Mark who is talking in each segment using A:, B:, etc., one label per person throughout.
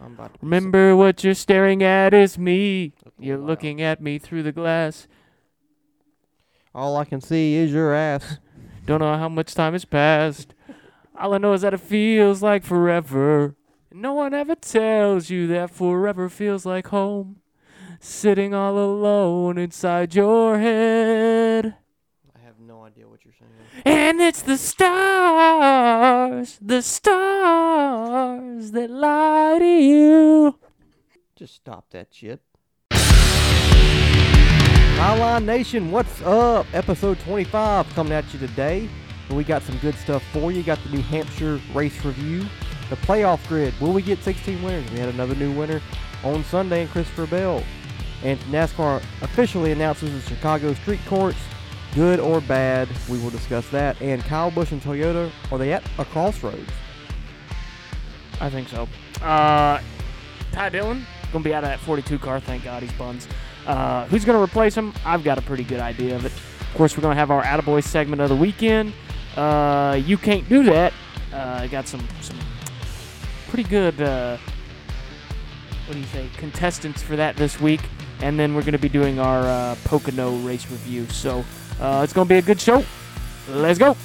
A: I'm about to be
B: Remember what you're staring at is me. You're
A: Wow.
B: looking at me through the glass.
A: so- All I can see is your ass.
B: Don't know how much time has passed. All I know is that it feels like forever. No one ever tells you that forever feels like home. Sitting all alone inside your head.
A: I have no idea what you're saying.
B: And it's the stars, the stars that lie to you.
A: Just stop that shit. Highline Nation, what's up? Episode 25 coming at you today. And we got some good stuff for you. Got the New Hampshire race review, the playoff grid. Will we get 16 winners? We had another new winner on Sunday in Christopher Bell. And NASCAR officially announces the Chicago street courts. Good or bad, we will discuss that. And Kyle Busch and Toyota, are they at a crossroads?
B: I think so. Uh, Ty Dillon gonna be out of that 42 car. Thank God he's buns. Uh, who's gonna replace him? I've got a pretty good idea of it. Of course, we're gonna have our Attaboy segment of the weekend. Uh, you can't do that. Uh, I got some some pretty good. Uh, what do you say? Contestants for that this week, and then we're gonna be doing our uh, Pocono race review. So uh, it's gonna be a good show. Let's go.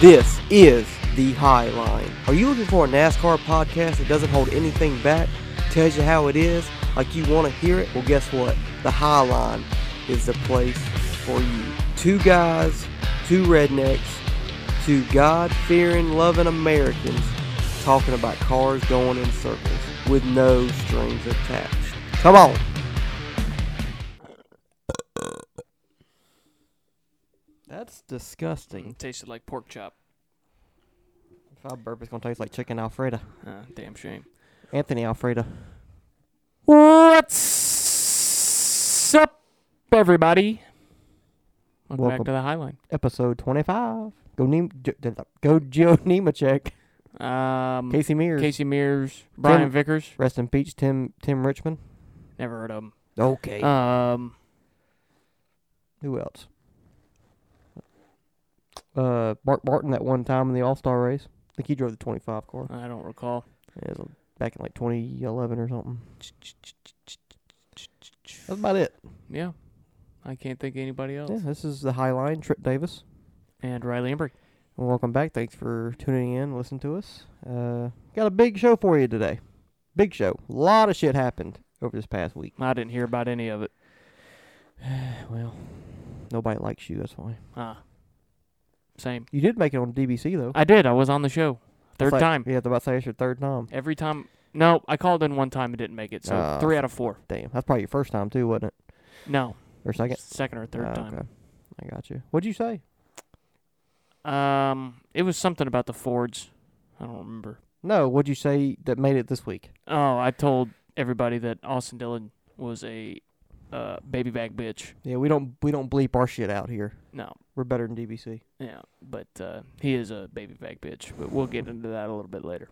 A: This is the High Line. Are you looking for a NASCAR podcast that doesn't hold anything back, tells you how it is, like you want to hear it? Well, guess what? The High Line is the place for you. Two guys, two rednecks, two God-fearing, loving Americans talking about cars going in circles with no strings attached. Come on. That's disgusting.
B: Tasted like pork chop.
A: If I burp, it's gonna taste like chicken Alfredo.
B: Uh, damn shame.
A: Anthony Alfredo.
B: What's up, everybody? Welcome,
A: Welcome.
B: back to the Highline.
A: Episode 25. Go Neem, J- d- d- go Joe Nemechek.
B: Um, Casey,
A: Mm. Casey Mears.
B: Mears, Brian
A: Tim-
B: Vickers.
A: Rest in peace, Tim Tim Richmond.
B: Never heard of him.
A: Okay.
B: Um,
A: Who else? Uh, Mark Barton that one time in the All Star race. I think he drove the 25 car.
B: I don't recall.
A: It was back in like 2011 or something. That's about it.
B: Yeah, I can't think of anybody else.
A: Yeah, this is the High Line. Trip Davis.
B: And Riley Embry.
A: Well, welcome back. Thanks for tuning in, listen to us. Uh, got a big show for you today. Big show. A lot of shit happened over this past week.
B: I didn't hear about any of it.
A: well, nobody likes you. That's why.
B: Ah, same.
A: You did make it on DBC though.
B: I did. I was on the show. Uh, Third
A: It's like-
B: time.
A: Yeah, I was about to say it's your third time.
B: Every time. No, I called in one time and didn't make it. So
A: Ah,
B: three out of four.
A: Damn, that's probably your first time too, wasn't it?
B: No,
A: Or second?
B: second or third
A: Oh,
B: time.
A: okay. I got you. What'd you say?
B: Um, it was something about the Fords. I don't remember.
A: No, what'd you say that made it this week?
B: Oh, I told everybody that Austin Dillon was a uh, baby bag bitch.
A: Yeah, we don't we don't bleep our shit out here.
B: No,
A: We're better than DBC.
B: yeah, but uh, he is a baby bag bitch. But we'll get into that a little bit later.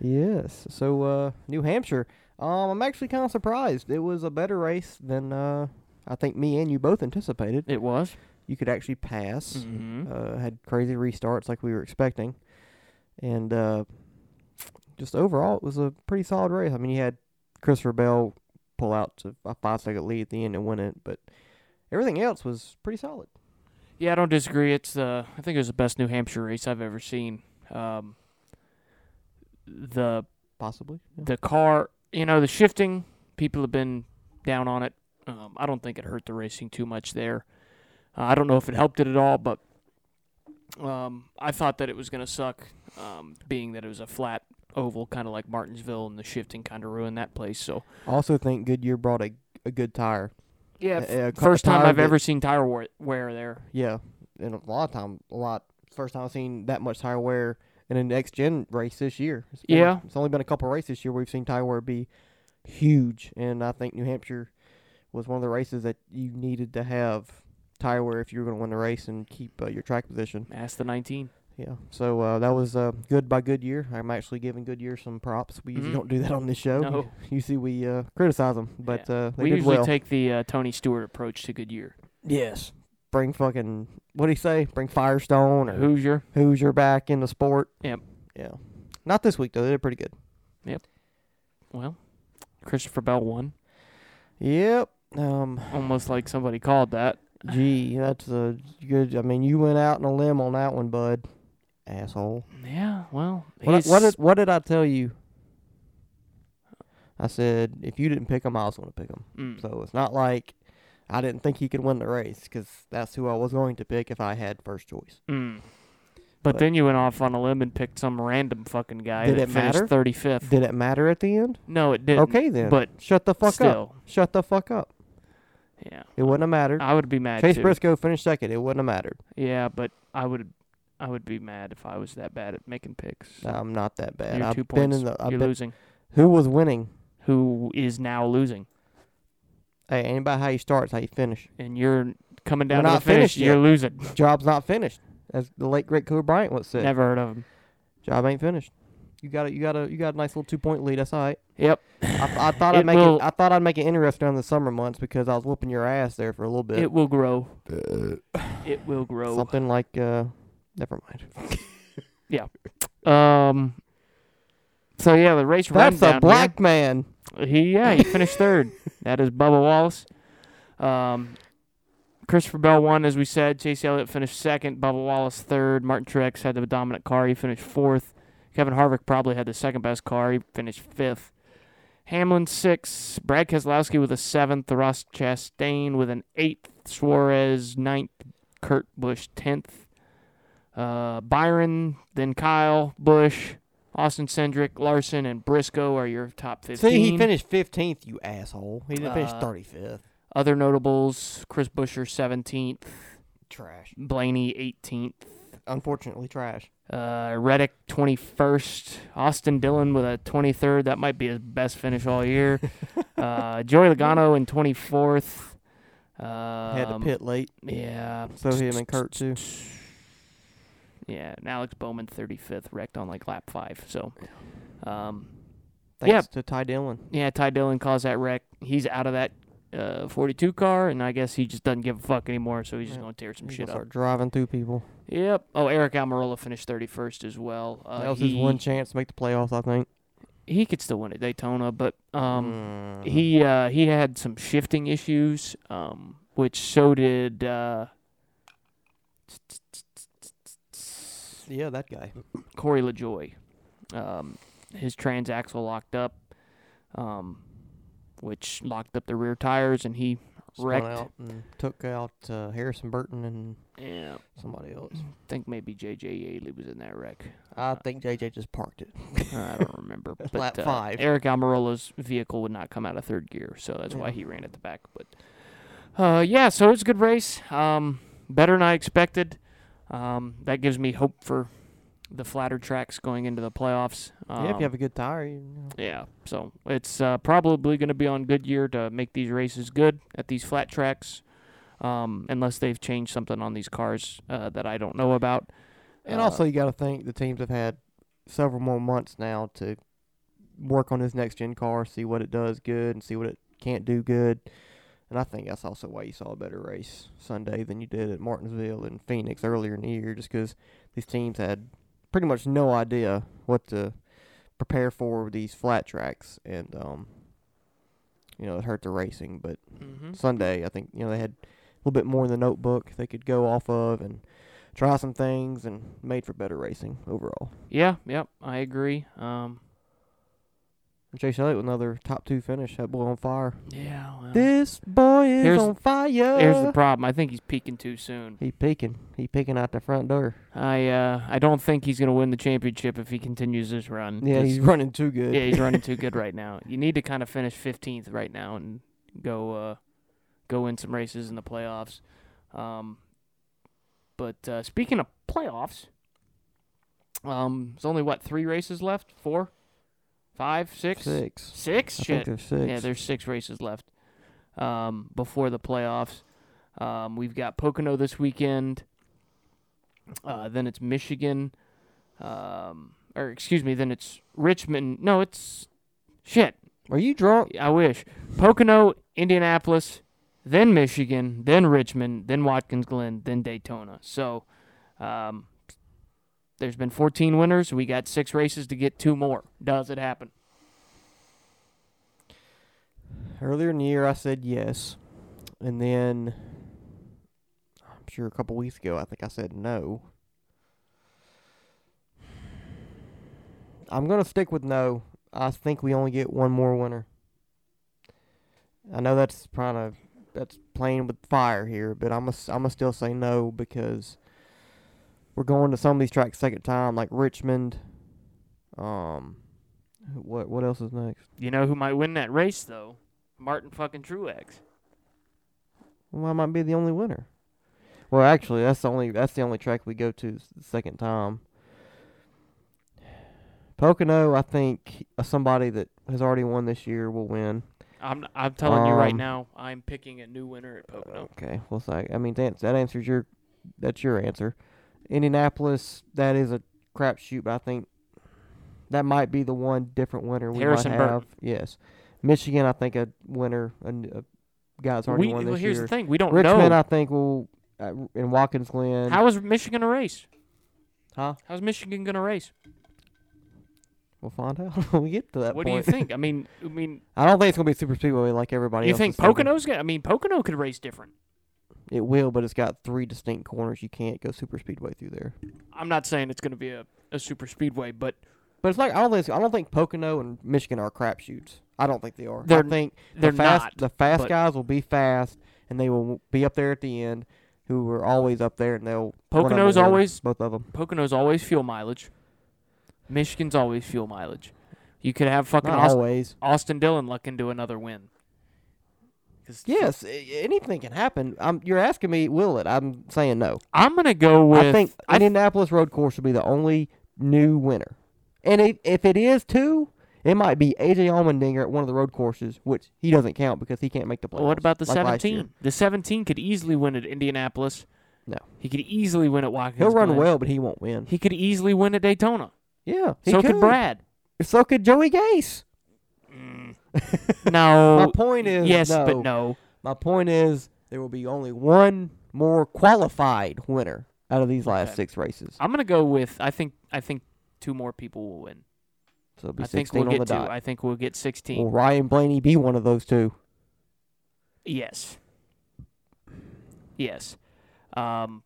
A: Yes. So uh, New Hampshire. Um, I'm actually kind of surprised. It was a better race than uh, I think me and you both anticipated.
B: It was.
A: You could actually pass.
B: Mm-hmm.
A: Uh, had crazy restarts like we were expecting, and uh, just overall it was a pretty solid race. I mean, you had Christopher Bell pull out to a five second lead at the end and win it, but everything else was pretty solid.
B: Yeah, I don't disagree. It's uh, I think it was the best New Hampshire race I've ever seen. Um, the
A: Possibly. yeah.
B: the car, you know, the shifting, people have been down on it. Um, I don't think it hurt the racing too much there. Uh, I don't know if it helped it at all, but um, I thought that it was going to suck, um, being that it was a flat oval, kind of like Martinsville, and the shifting kind of ruined that place. So,
A: Also, think Goodyear brought a a good tire.
B: yeah,
A: f- A- a car-
B: first time
A: tire
B: I've
A: that-
B: ever seen tire wear, wear there.
A: Yeah, and a lot of time, a lot. First time I've seen that much tire wear in an next gen race this year. It's been-
B: Yeah.
A: it's only been a couple races this year where we've seen tire wear be huge, and I think New Hampshire was one of the races that you needed to have tire wear if you were going to win the race and keep uh, your track position.
B: Ask the 19.
A: yeah. So uh, that was uh, good by Goodyear. I'm actually giving Goodyear some props. We usually
B: Mhm.
A: don't do that on this show.
B: No.
A: Usually we uh, criticize them, but uh, they
B: we
A: did
B: usually
A: well.
B: take the uh, Tony Stewart approach to Goodyear.
A: yes. Bring fucking what do you say? Bring Firestone or
B: Hoosier.
A: Hoosier back in the sport.
B: Yep.
A: Yeah. Not this week though. They did pretty good.
B: Well, Christopher Bell won.
A: Yep. Um.
B: Almost like somebody called that.
A: Gee, that's a good. I mean, you went out on a limb on that one, bud. Asshole.
B: Yeah. Well,
A: What,
B: he's-
A: what did what did I tell you? I said if you didn't pick him, I also want to pick him.
B: Mm.
A: So it's not like I didn't think he could win the race because that's who I was going to pick if I had first choice.
B: Mm. But,
A: But-
B: then you went off on a limb and picked some random fucking guy
A: Did it
B: that finished
A: matter?
B: 35th.
A: Did it matter at the end?
B: no, it didn't.
A: okay then.
B: But
A: shut the fuck up.
B: still,
A: Shut the fuck up.
B: yeah,
A: It wouldn't have mattered.
B: I would be mad
A: Chase
B: too.
A: Briscoe finished second. It wouldn't have mattered.
B: Yeah, but I would, I would be mad if I was that bad at making picks.
A: I'm not that bad.
B: You're
A: I've
B: two
A: been in
B: points.
A: the. I've
B: You're
A: been,
B: losing.
A: who was winning?
B: Who is now losing?
A: Hey, anybody, how you start is how you finish.
B: And you're coming down
A: We're
B: to
A: not
B: the finish.
A: finished yet.
B: You're losing.
A: Job's not finished, as the late great Kobe Bryant once said.
B: Never heard of him.
A: Job ain't finished. You got a, You got a. You got a nice little two point lead. That's all right.
B: Yep.
A: I, I thought
B: It
A: I'd make
B: will-
A: it. I thought I'd make it interesting on the summer months because I was whooping your ass there for a little bit.
B: It will grow. It will grow.
A: Something like. uh Never mind.
B: Um. So yeah, the race
A: That's
B: rundown.
A: a black man.
B: man. He yeah he finished third. That is Bubba Wallace. Um, Christopher Bell won as we said. Chase Elliott finished second. Bubba Wallace third. Martin Truex had the dominant car. He finished fourth. Kevin Harvick probably had the second best car. He finished fifth. Hamlin sixth. Brad Keselowski with a seventh. Ross Chastain with an eighth. Suarez ninth. Kurt Busch tenth. Uh, Byron, then Kyle Busch, Austin Cendrick, Larson, and Briscoe are your top fifteen.
A: See, he finished fifteenth. You asshole. He didn't finish
B: Uh,
A: thirty fifth.
B: Other notables: Chris Buescher, seventeenth;
A: Trash.
B: Blaney, eighteenth;
A: Unfortunately, trash.
B: uh, Reddick, twenty-first; Austin Dillon with a twenty-third. That might be his best finish all year. uh, Joey Logano in twenty-fourth. Um,
A: Had to pit late.
B: Yeah.
A: So him and Kurt too.
B: Yeah, and Alex Bowman, thirty-fifth, wrecked on like lap five. So, um,
A: Thanks
B: Yeah.
A: to Ty Dillon.
B: yeah, Ty Dillon caused that wreck. He's out of that uh, 42 car, and I guess he just doesn't give a fuck anymore. So he's just
A: Yeah.
B: gonna tear some
A: He's
B: shit
A: gonna
B: up.
A: start driving through people.
B: Yep. Oh, Eric Almirola finished 31st as well. Uh,
A: that was
B: he,
A: his one chance to make the playoffs, I think.
B: He could still win at Daytona, but um,
A: Mm.
B: he uh, he had some shifting issues, um, which so did uh,
A: yeah, that guy.
B: Corey LaJoy. Um, his transaxle locked up, um, which locked up the rear tires, and he
A: Spun
B: Wrecked.
A: out and took out uh, Harrison Burton and
B: yeah,
A: somebody else.
B: think maybe J.J. Yaley was in that wreck.
A: I think JJ just parked it.
B: I don't remember. but,
A: Lap
B: uh,
A: five.
B: Eric Almirola's vehicle would not come out of third gear, so that's why
A: Yeah.
B: he ran at the back. But uh, yeah, so it's a good race. Um, better than I expected. Um, that gives me hope for the flatter tracks going into the playoffs. Um,
A: yeah, if you have a good tire, you know.
B: yeah, so it's uh, probably going to be on Goodyear to make these races good at these flat tracks, um, unless they've changed something on these cars uh, that I don't know about.
A: And
B: Uh,
A: also, you got to think the teams have had several more months now to work on this next gen car, see what it does good, and see what it can't do good. And I think that's also why you saw a better race Sunday than you did at Martinsville and Phoenix earlier in the year, just because these teams had pretty much no idea what to prepare for with these flat tracks, and um, you know it hurt the racing. But
B: Mm-hmm.
A: Sunday. I think you know they had a little bit more in the notebook they could go off of and try some things and made for better racing overall.
B: Yeah, yep, I agree. Um,
A: And Chase Elliott with another top two finish. That boy on fire.
B: yeah, well,
A: This boy is
B: Here's-
A: on fire.
B: here's the problem. I think he's peaking too soon.
A: he peeking. He peeking out the front door.
B: I uh, I don't think he's gonna win the championship if he continues this run.
A: Yeah,
B: This-
A: he's running too good.
B: yeah, he's running too good right now. You need to kind of finish 15th right now and go uh, go win some races in the playoffs. Um, but uh, speaking of playoffs, um, there's only what three races left? Four, five, six,
A: six.
B: six?
A: I
B: Shit.
A: think there's six.
B: Yeah, there's six races left um, before the playoffs. Um, we've got Pocono this weekend. Uh, then it's Michigan. Um, or excuse me. Then it's Richmond. No, it's shit.
A: Are you drunk?
B: I wish. Pocono, Indianapolis, then Michigan, then Richmond, then Watkins Glen, then Daytona. So um, there's been 14 winners. We got six races to get two more. Does it happen?
A: Earlier in the year, I said yes, and then I'm sure a couple weeks ago, I think I said no. I'm gonna stick with no. I think we only get one more winner. I know that's kind of that's playing with fire here, but I'm gonna s- I'm gonna still say no because we're going to some of these tracks second time, like Richmond. Um, what what else is next?
B: You know who might win that race, though? Martin fucking Truex.
A: Well, I might be the only winner. Well, actually, that's the only that's the only track we go to s- the second time. Pocono, I think uh, somebody that has already won this year will win.
B: I'm, I'm telling you right
A: Um, uh,
B: now, I'm picking a new winner at Pocono.
A: Okay, well, so, I mean that that answers your that's your answer. Indianapolis, that is a crapshoot, but I think that might be the one different winner we
B: Harrison
A: might
B: Burton.
A: have. Yes, Michigan, I think a winner, a, n- a guy that's already
B: We,
A: won
B: well,
A: this
B: here's
A: year.
B: the thing. We don't
A: Richmond,
B: know.
A: I think will uh, in Watkins Glen.
B: How is Michigan a race?
A: Huh?
B: How's Michigan going to race?
A: We'll find out when we get to that
B: What do you
A: point.
B: think? I mean, I mean,
A: I don't think it's gonna be super speedway like everybody
B: you
A: else.
B: think
A: is thinking.
B: Pocono's gonna? I mean, Pocono could race different.
A: It will, but it's got three distinct corners. You can't go super speedway through there.
B: I'm not saying it's gonna be a, a super speedway, but
A: But it's like I don't think it's- I don't think Pocono and Michigan are crapshoots. I don't think they are.
B: They're-
A: I think
B: they're
A: the fast
B: not,
A: the fast
B: but-
A: guys will be fast and they will be up there at the end. Who are always up there and they'll one of 'em
B: Pocono's
A: will win,
B: always-
A: both of them.
B: Pocono's always fuel mileage. Michigan's always fuel mileage. You could have fucking
A: Not
B: Aust-
A: always.
B: Austin Dillon luck into another win. 'Cause
A: Yes, a- anything can happen. i you're asking me, will it? I'm saying no.
B: I'm gonna go with.
A: I think
B: I, th-
A: Indianapolis Road Course will be the only new winner. And if, if it is two, it might be AJ Allmendinger at one of the road courses, which he doesn't count because he can't make the playoffs.
B: what about the
A: like last year.
B: 17? The 17 could easily win at Indianapolis.
A: No.
B: he could easily win at Watkins.
A: He'll run
B: Glen.
A: well, but he won't win.
B: He could easily win at Daytona.
A: Yeah, he
B: so could Brad.
A: So could Joey Gase.
B: No.
A: Mm. My point is
B: yes,
A: no.
B: but no.
A: My point is there will be only one more qualified winner out of these last
B: Okay.
A: six races.
B: I'm gonna go with. I think. I think two more people will win.
A: So it'll be
B: I think
A: 16
B: we'll
A: on
B: get
A: the
B: two.
A: dot.
B: I think we'll get 16.
A: will Ryan Blaney be one of those two?
B: Yes. Yes. Um,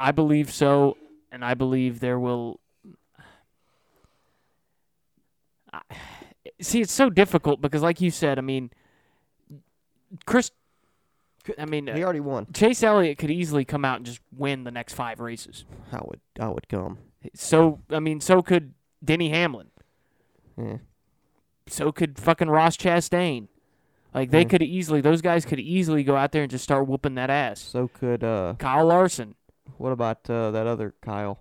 B: I believe so, and I believe there will. I- See, it's so difficult because, like you said, I mean, Chris. I mean,
A: He
B: uh,
A: already won.
B: Chase Elliott could easily come out and just win the next five races.
A: I would, I would come.
B: So, I mean, so could Denny Hamlin.
A: Yeah.
B: so could fucking Ross Chastain. Like they
A: Mhm.
B: could easily, those guys could easily go out there and just start whooping that ass.
A: So could uh,
B: Kyle Larson,
A: What about uh, that other Kyle?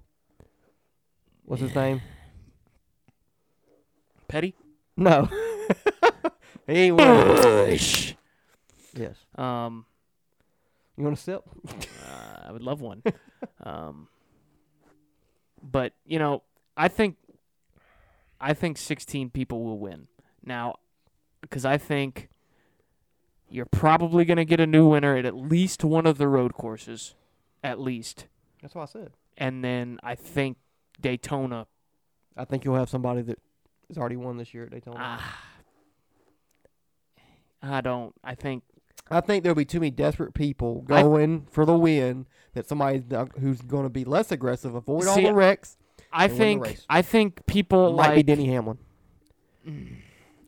A: What's his name?
B: Petty.
A: No. he ain't winning. yes.
B: um,
A: You want to sip?
B: uh, I would love one. um, but you know, I think, I think sixteen people will win now, because I think you're probably going to get a new winner at at least one of the road courses, at least,
A: That's what I said.
B: and then I think Daytona
A: I think you'll have somebody that has already won this year at Daytona.
B: Ah. I don't. I think
A: I think there'll be too many desperate people going for the win that somebody who's going to be less aggressive, avoid all
B: See,
A: the wrecks.
B: I
A: They win the
B: think
A: race.
B: I think people
A: might be
B: like
A: Denny Hamlin.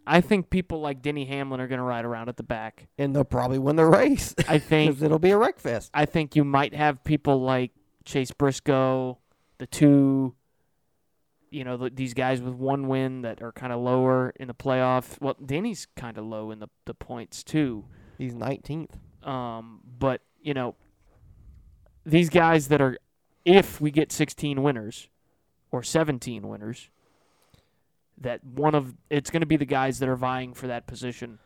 B: I think people like Denny Hamlin are gonna ride around at the back.
A: And they'll probably win the race
B: I think
A: because it'll be a wreck fest.
B: I think you might have people like Chase Briscoe, the two, you know, th these guys with one win that are kind of lower in the playoff. Well, Denny's kind of low in the the points too.
A: He's 19th.
B: Um, but you know, these guys that are, if we get 16 winners or 17 winners, that one of it's going to be the guys that are vying for that position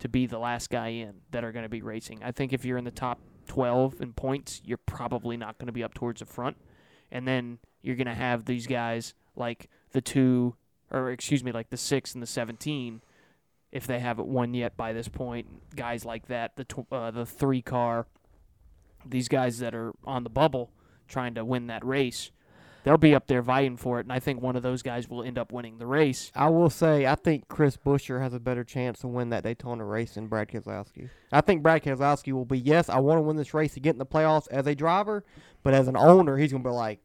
B: to be the last guy in that are going to be racing. I think if you're in the top 12 in points, you're probably not going to be up towards the front. and then you're gonna have these guys like the two, or excuse me, like the six and the seventeen, if they haven't won yet by this point. Guys like that, the tw- uh, the three car, these guys that are on the bubble trying to win that race, they'll be up there vying for it, and I think one of those guys will end up winning the race.
A: I will say, I think Chris Busher has a better chance to win that Daytona race than Brad Keselowski. I think Brad Keselowski will be, yes, I want to win this race to get in the playoffs as a driver, but as an owner, he's going to be like,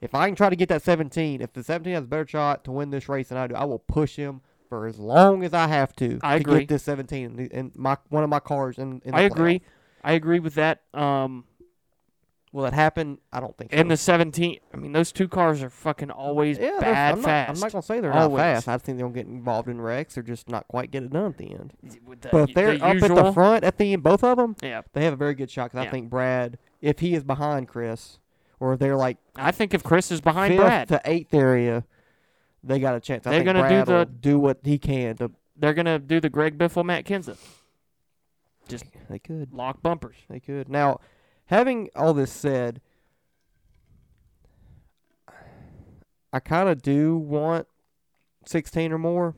A: if I can try to get that 17, if the 17 has a better shot to win this race than I do, I will push him for as long as I have to
B: I
A: to
B: agree.
A: get this 17 in, the- in my one of my cars. In, in the
B: I agree.
A: playoffs.
B: I agree with that. Um,
A: Will it happen? I don't think so.
B: and the 17, I mean, those two cars are fucking always
A: yeah, they're-
B: bad
A: I'm
B: fast.
A: Not, I'm not gonna say they're
B: Always.
A: not fast. I think they're gonna get involved in wrecks or just not quite get it done at the end.
B: With the-
A: But if they're
B: uh, the
A: up at the
B: usual-
A: front at the end, both of them,
B: Yeah,
A: they have a very good shot. Because
B: Yeah.
A: I think Brad, if he is behind Chris, or they're like
B: I think if Chris is behind
A: fifth
B: Brad,
A: to eighth area, they got a chance. I
B: They're
A: think
B: gonna do
A: Brad
B: the-
A: will do what he can to.
B: they're gonna do the Greg Biffle, Matt Kenseth
A: They could.
B: lock bumpers.
A: They could. Now, having all this said, I kind of do want 16 or more.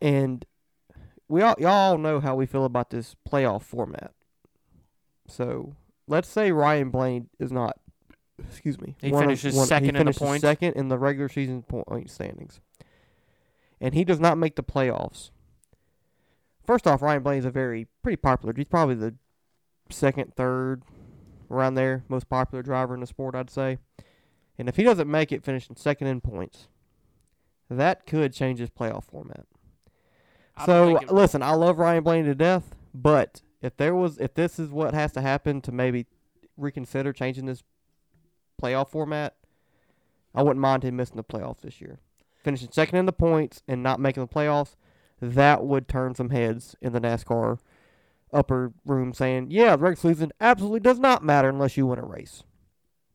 A: And we all y'all know how we feel about this playoff format. So, let's say Ryan Blaine is not excuse me.
B: He
A: one of-
B: finishes
A: one-
B: second in
A: he
B: the
A: finishes
B: points.
A: second in the regular season point uh, standings. And he does not make the playoffs. First off, Ryan Blaine is a very pretty popular. He's probably the second, third, around there, most popular driver in the sport, I'd say. And if he doesn't make it, finishing second in points, that could change his playoff format.
B: I don't
A: so
B: think it will.
A: listen, I love Ryan Blaney to death, but if there was, if this is what has to happen to maybe reconsider changing this playoff format, I wouldn't mind him missing the playoffs this year, finishing second in the points and not making the playoffs. That would turn some heads in the NASCAR upper room, saying, "Yeah, the regular season absolutely does not matter unless you win a race."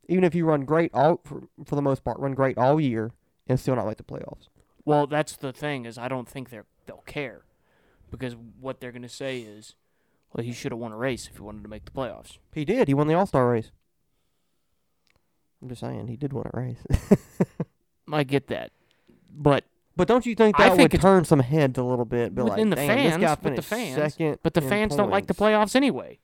A: Even if you run great all for, for the most part, run great all year and still not make the playoffs.
B: Well, that's the thing is I don't think they're they'll care because what they're gonna say is, well, he should have won a race if he wanted to make the playoffs.
A: He did. He won the All Star race. I'm just saying he did win a race.
B: I get that, but
A: but don't you think that
B: I think
A: would
B: it's-
A: turn some head a little bit? Be
B: Within the
A: like, "Damn,
B: fans,
A: this guy
B: but the
A: finished
B: fans-
A: second
B: but the
A: in
B: fans don't like the
A: points."
B: playoffs anyway.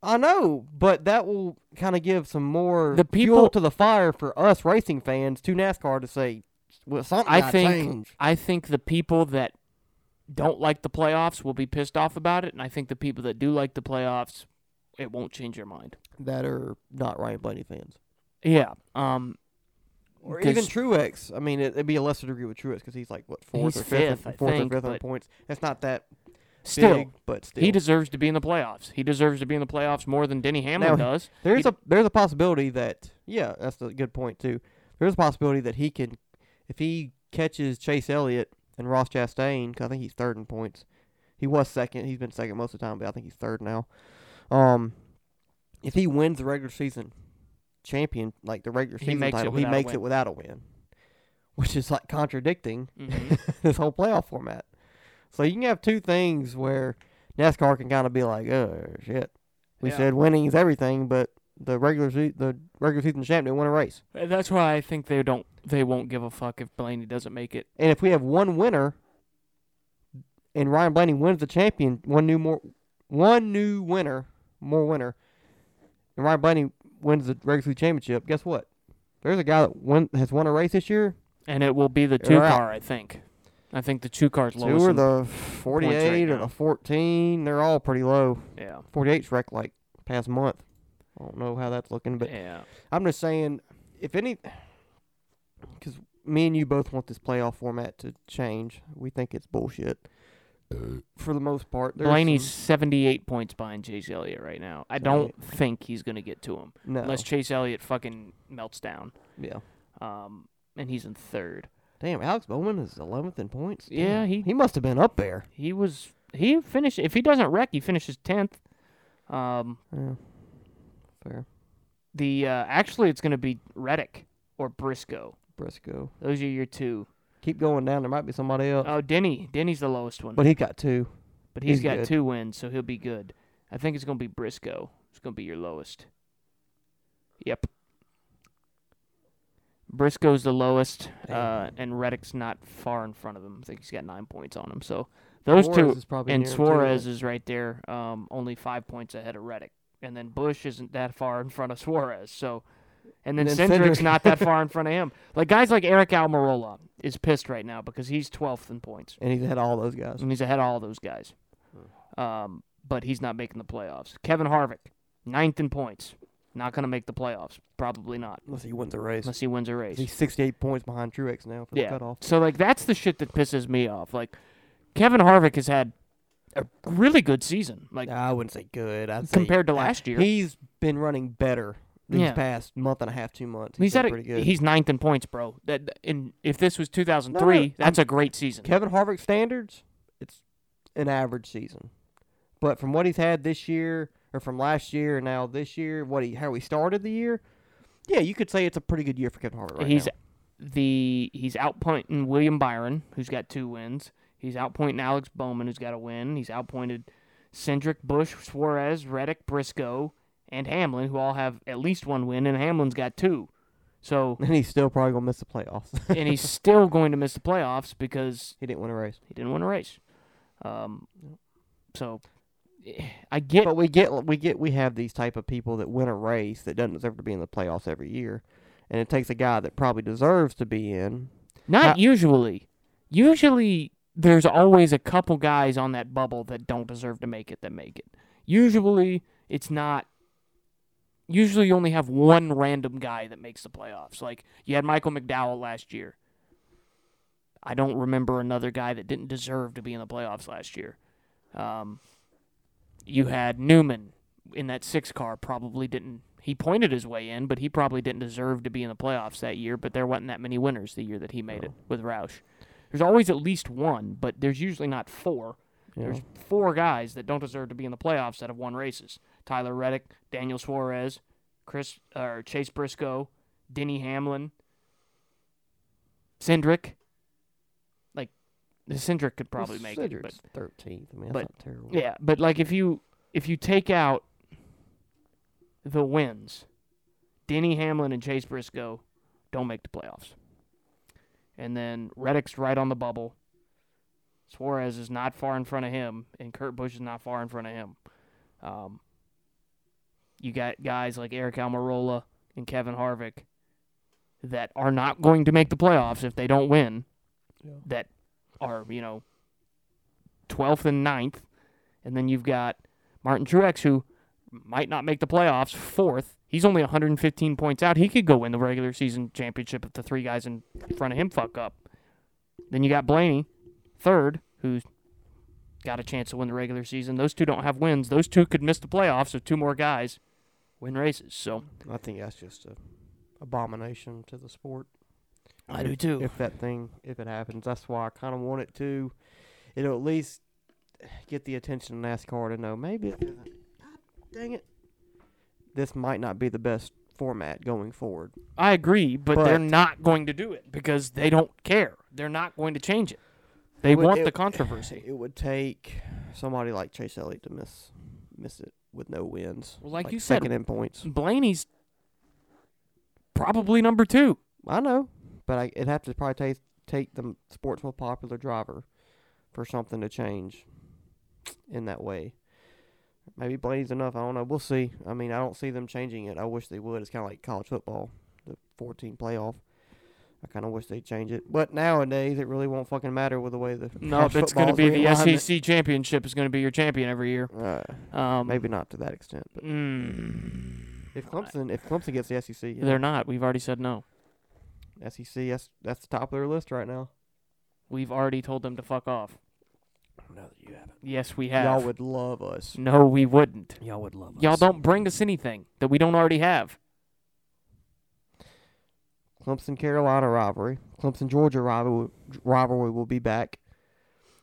A: I know, but that will kind of give some more
B: The people-
A: fuel to the fire for us racing fans to NASCAR to say, "Well, something
B: I
A: gotta
B: think
A: change."
B: I think the people that don't like the playoffs will be pissed off about it, and I think the people that do like the playoffs, it won't change their mind.
A: that are not Ryan Blaney fans.
B: Yeah. Um.
A: Or
B: Because-
A: even Truex. I mean, it, it'd be a lesser degree with Truex because he's like what fourth
B: He's
A: or fifth,
B: fifth,
A: in-
B: I
A: fourth
B: think,
A: or fifth on
B: but-
A: points. That's not that
B: Still,
A: big, but still,
B: he deserves to be in the playoffs. He deserves to be in the playoffs more than Denny Hamlin
A: Now,
B: does.
A: There's
B: He-
A: a there's a possibility that yeah, that's a good point too. There's a possibility that he can, if he catches Chase Elliott and Ross Chastain, 'cause I think he's third in points. He was second. He's been second most of the time, but I think he's third now. Um, if he wins the regular season champion, like the regular
B: He
A: season
B: makes it
A: title, he
B: without a
A: makes
B: win.
A: it without a win, which is like contradicting
B: Mhm.
A: this whole playoff format. So you can have two things where NASCAR can kind of be like, "Oh shit, we
B: Yeah.
A: said winning is everything, but the regular se- the regular season champ didn't win a race."
B: And Uh, That's why I think they don't. They won't give a fuck if Blaney doesn't make it.
A: And if we have one winner, and Ryan Blaney wins the champion, one new more, one new winner, more winner, and Ryan Blaney wins the regular season championship. Guess what? There's a guy that won, has won a race this year.
B: And it will be the two
A: Right.
B: car. I think. I think the two cars
A: Two
B: lowest.
A: or
B: in-
A: the 48
B: right
A: or
B: now.
A: the 14. They're all pretty low.
B: yeah.
A: 48's wrecked like past month. I don't know how that's looking, but
B: yeah.
A: I'm just saying if any, because me and you both want this playoff format to change. We think it's bullshit for the most part. There's
B: Blaney's 78 points behind Chase Elliott right now. I don't
A: Right.
B: think he's gonna get to him
A: some, no,
B: unless Chase Elliott fucking melts down.
A: yeah.
B: Um. And he's in third.
A: Damn, Alex Bowman is 11th in points.
B: Yeah,
A: Damn.
B: he-
A: he must have been up there.
B: He was. He finished. If he doesn't wreck, he finishes 10th. Um.
A: Yeah, fair.
B: The uh, actually, it's going to be Reddick or Briscoe.
A: Briscoe,
B: Those are your two.
A: keep going down. There might be somebody else,
B: Oh, Denny. Denny's the lowest one,
A: but
B: but,
A: he got two.
B: he's
A: he's
B: got
A: good.
B: two wins, so he'll be good. I think it's going to be Briscoe. It's going to be your lowest. Yep. Briscoe's the lowest, uh,
A: Damn.
B: and Reddick's not far in front of him. I think he's got nine points on him. So those
A: Suarez
B: two,
A: is probably
B: and
A: near him, too,
B: Suarez is right there, um, only five points ahead of Reddick. And then Bush isn't that far in front of Suarez. So, and then,
A: And then
B: Cindric's
A: Cindric.
B: not that far in front of him. Like guys like Eric Almirola is pissed right now because he's 12th in points.
A: and he's had all those guys.
B: And he's ahead of all those guys. Um, but he's not making the playoffs. Kevin Harvick, ninth in points. Not going to make the playoffs. Probably not.
A: Unless he wins a race.
B: Unless he wins a race.
A: He's 68 points behind Truex now for the
B: yeah.
A: cutoff.
B: So, like, that's the shit that pisses me off. Like, Kevin Harvick has had a really good season. Like,
A: I wouldn't say good. I'd say-
B: compared to
A: I-
B: last year.
A: he's been running better these
B: Yeah.
A: past month and a half, two months.
B: he's
A: been
B: had a,
A: pretty good.
B: he's ninth in points, bro. That in if this was 2003,
A: No, no,
B: that's a great season.
A: Kevin Harvick standards, it's an average season, but from what he's had this year or from last year and now this year, what he how he started the year, yeah, you could say it's a pretty good year for Kevin Harvick. Right
B: he's
A: now.
B: the he's outpointing William Byron, who's got two wins. He's outpointing Alex Bowman, who's got a win. He's outpointed Cendric Bush, Suarez, Reddick, Briscoe, and Hamlin, who all have at least one win, and Hamlin's got two. So
A: and he's still probably gonna miss the playoffs.
B: and he's still going to miss the playoffs because
A: he didn't win a race,
B: he didn't win a race. Um, so I get
A: but we get we get we have these type of people that win a race that doesn't deserve to be in the playoffs every year, and it takes a guy that probably deserves to be in.
B: Not
A: How-
B: usually. Usually, there's always a couple guys on that bubble that don't deserve to make it that make it. Usually, it's not. Usually, you only have one random guy that makes the playoffs. Like, you had Michael McDowell last year. I don't remember another guy that didn't deserve to be in the playoffs last year. Um, you had Newman in that six car, probably didn't. He pointed his way in, but he probably didn't deserve to be in the playoffs that year. But there wasn't that many winners the year that he made it with Roush. There's always at least one, but there's usually not four.
A: you know?
B: There's four guys that don't deserve to be in the playoffs that have won races: Tyler Reddick, Daniel Suarez, Chris or Chase Briscoe, Denny Hamlin, Cindric. Like, Cindric could probably make it, but
A: Cedric's 13th. I mean, that's
B: but-
A: not terrible.
B: yeah, but like if you if you take out the wins, Denny Hamlin and Chase Briscoe don't make the playoffs. And then Reddick's right on the bubble. Suarez is not far in front of him, and Kurt Busch is not far in front of him. Um, you got guys like Eric Almirola and Kevin Harvick that are not going to make the playoffs if they don't win.
A: Yeah.
B: That are you know twelfth and 9th. And then you've got Martin Truex, who might not make the playoffs, fourth. He's only 115 points out. He could go win the regular season championship if the three guys in front of him fuck up. Then you got Blaney, third, who's got a chance to win the regular season. Those two don't have wins. Those two could miss the playoffs if two more guys win races. So
A: I think that's just a abomination to the sport.
B: I do too.
A: If that thing, if it happens, that's why I kind of want it to. It'll at least get the attention of NASCAR to know maybe it isn't. God dang it, this might not be the best format going forward.
B: I agree, but, they're
A: But-
B: not going to do it because they don't care. They're not going to change it. They
A: Would-
B: want
A: it-
B: the controversy.
A: It would take somebody like Chase Elliott to miss miss it with no wins.
B: Well, like you said,
A: second in points.
B: Blaney's probably number two.
A: I know, but I, it'd have to probably take take the sports most popular driver for something to change in that way. Maybe Blaney's enough. I don't know. We'll see. I mean, I don't see them changing it. I wish they would. It's kind of like college football, the 14 playoff. I kind of wish they'd change it, but nowadays it really won't fucking matter with the way the
B: No,
A: college
B: if it's going to
A: football
B: be
A: is
B: the E
A: realignment.
B: SEC championship, is going to be your champion every year.
A: Uh,
B: Um,
A: maybe not to that extent, but
B: mm,
A: if Clemson if Clemson gets the SEC, yeah,
B: They're not. We've already said no.
A: SEC that's that's the top of their list right now.
B: We've already told them to fuck off.
A: No, you haven't.
B: Yes, we have.
A: Y'all would love us.
B: no, we wouldn't.
A: Y'all would love
B: Y'all don't bring us anything that we don't already have.
A: Clemson Carolina rivalry, Clemson Georgia rivalry rivalry will be back.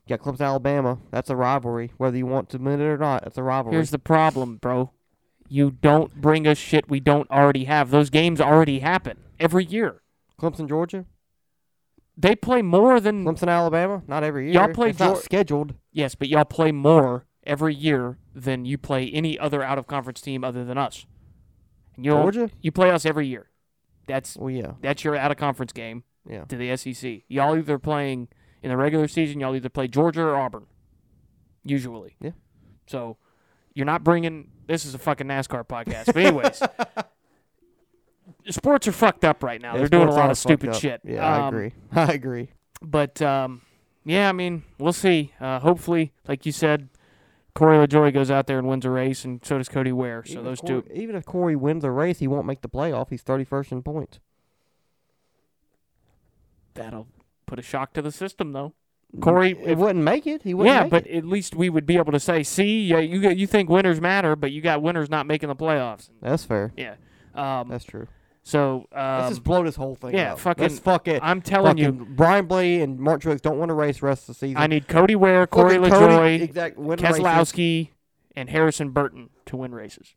A: You got Clemson Alabama. That's a rivalry, whether you want to admit it or not. That's a rivalry.
B: Here's the problem, bro. You don't bring us shit we don't already have. Those games already happen every year.
A: Clemson Georgia,
B: They play more than
A: Clemson Alabama. Not every year.
B: Y'all play
A: it's not
B: Geor-
A: scheduled.
B: Yes, but y'all play more every year than you play any other out of conference team other than us. And you
A: Georgia?
B: You play us every year. That's
A: Well, yeah,
B: that's your out of conference game
A: yeah.
B: to the SEC. Y'all either playing in the regular season, y'all either play Georgia or Auburn, usually.
A: Yeah.
B: So you're not bringing. This is a fucking NASCAR podcast, but anyways, sports are fucked up right now.
A: Yeah,
B: They're doing a
A: sports
B: lot
A: are
B: of
A: fucked
B: stupid
A: up.
B: shit.
A: Yeah, I
B: Um,
A: agree. I agree.
B: But um, yeah, I mean, we'll see. Uh, hopefully, like you said, Corey LaJoy goes out there and wins a race, and so does Cody Ware. So
A: Even if
B: those
A: Corey,
B: two.
A: Even if Corey wins the race, he won't make the playoff. He's thirty first in points.
B: That'll put a shock to the system, though. Corey,
A: it
B: if-
A: wouldn't make it. He Mm-hmm. wouldn't.
B: yeah,
A: make
B: but
A: it.
B: at least we would be able to say, see, yeah, you got, you think winners matter, but you got winners not making the playoffs.
A: that's fair.
B: Yeah. Um,
A: That's true.
B: so
A: Let's
B: um,
A: just blow this whole thing.
B: yeah,
A: up.
B: fucking-
A: Let's fuck it.
B: I'm telling you,
A: Fucking Brian Blade and Mark Truex don't want to race rest of the season.
B: I need Cody Ware, Corey
A: Fucking
B: LaJoy,
A: exact, win races
B: Keselowski, and Harrison Burton to win races.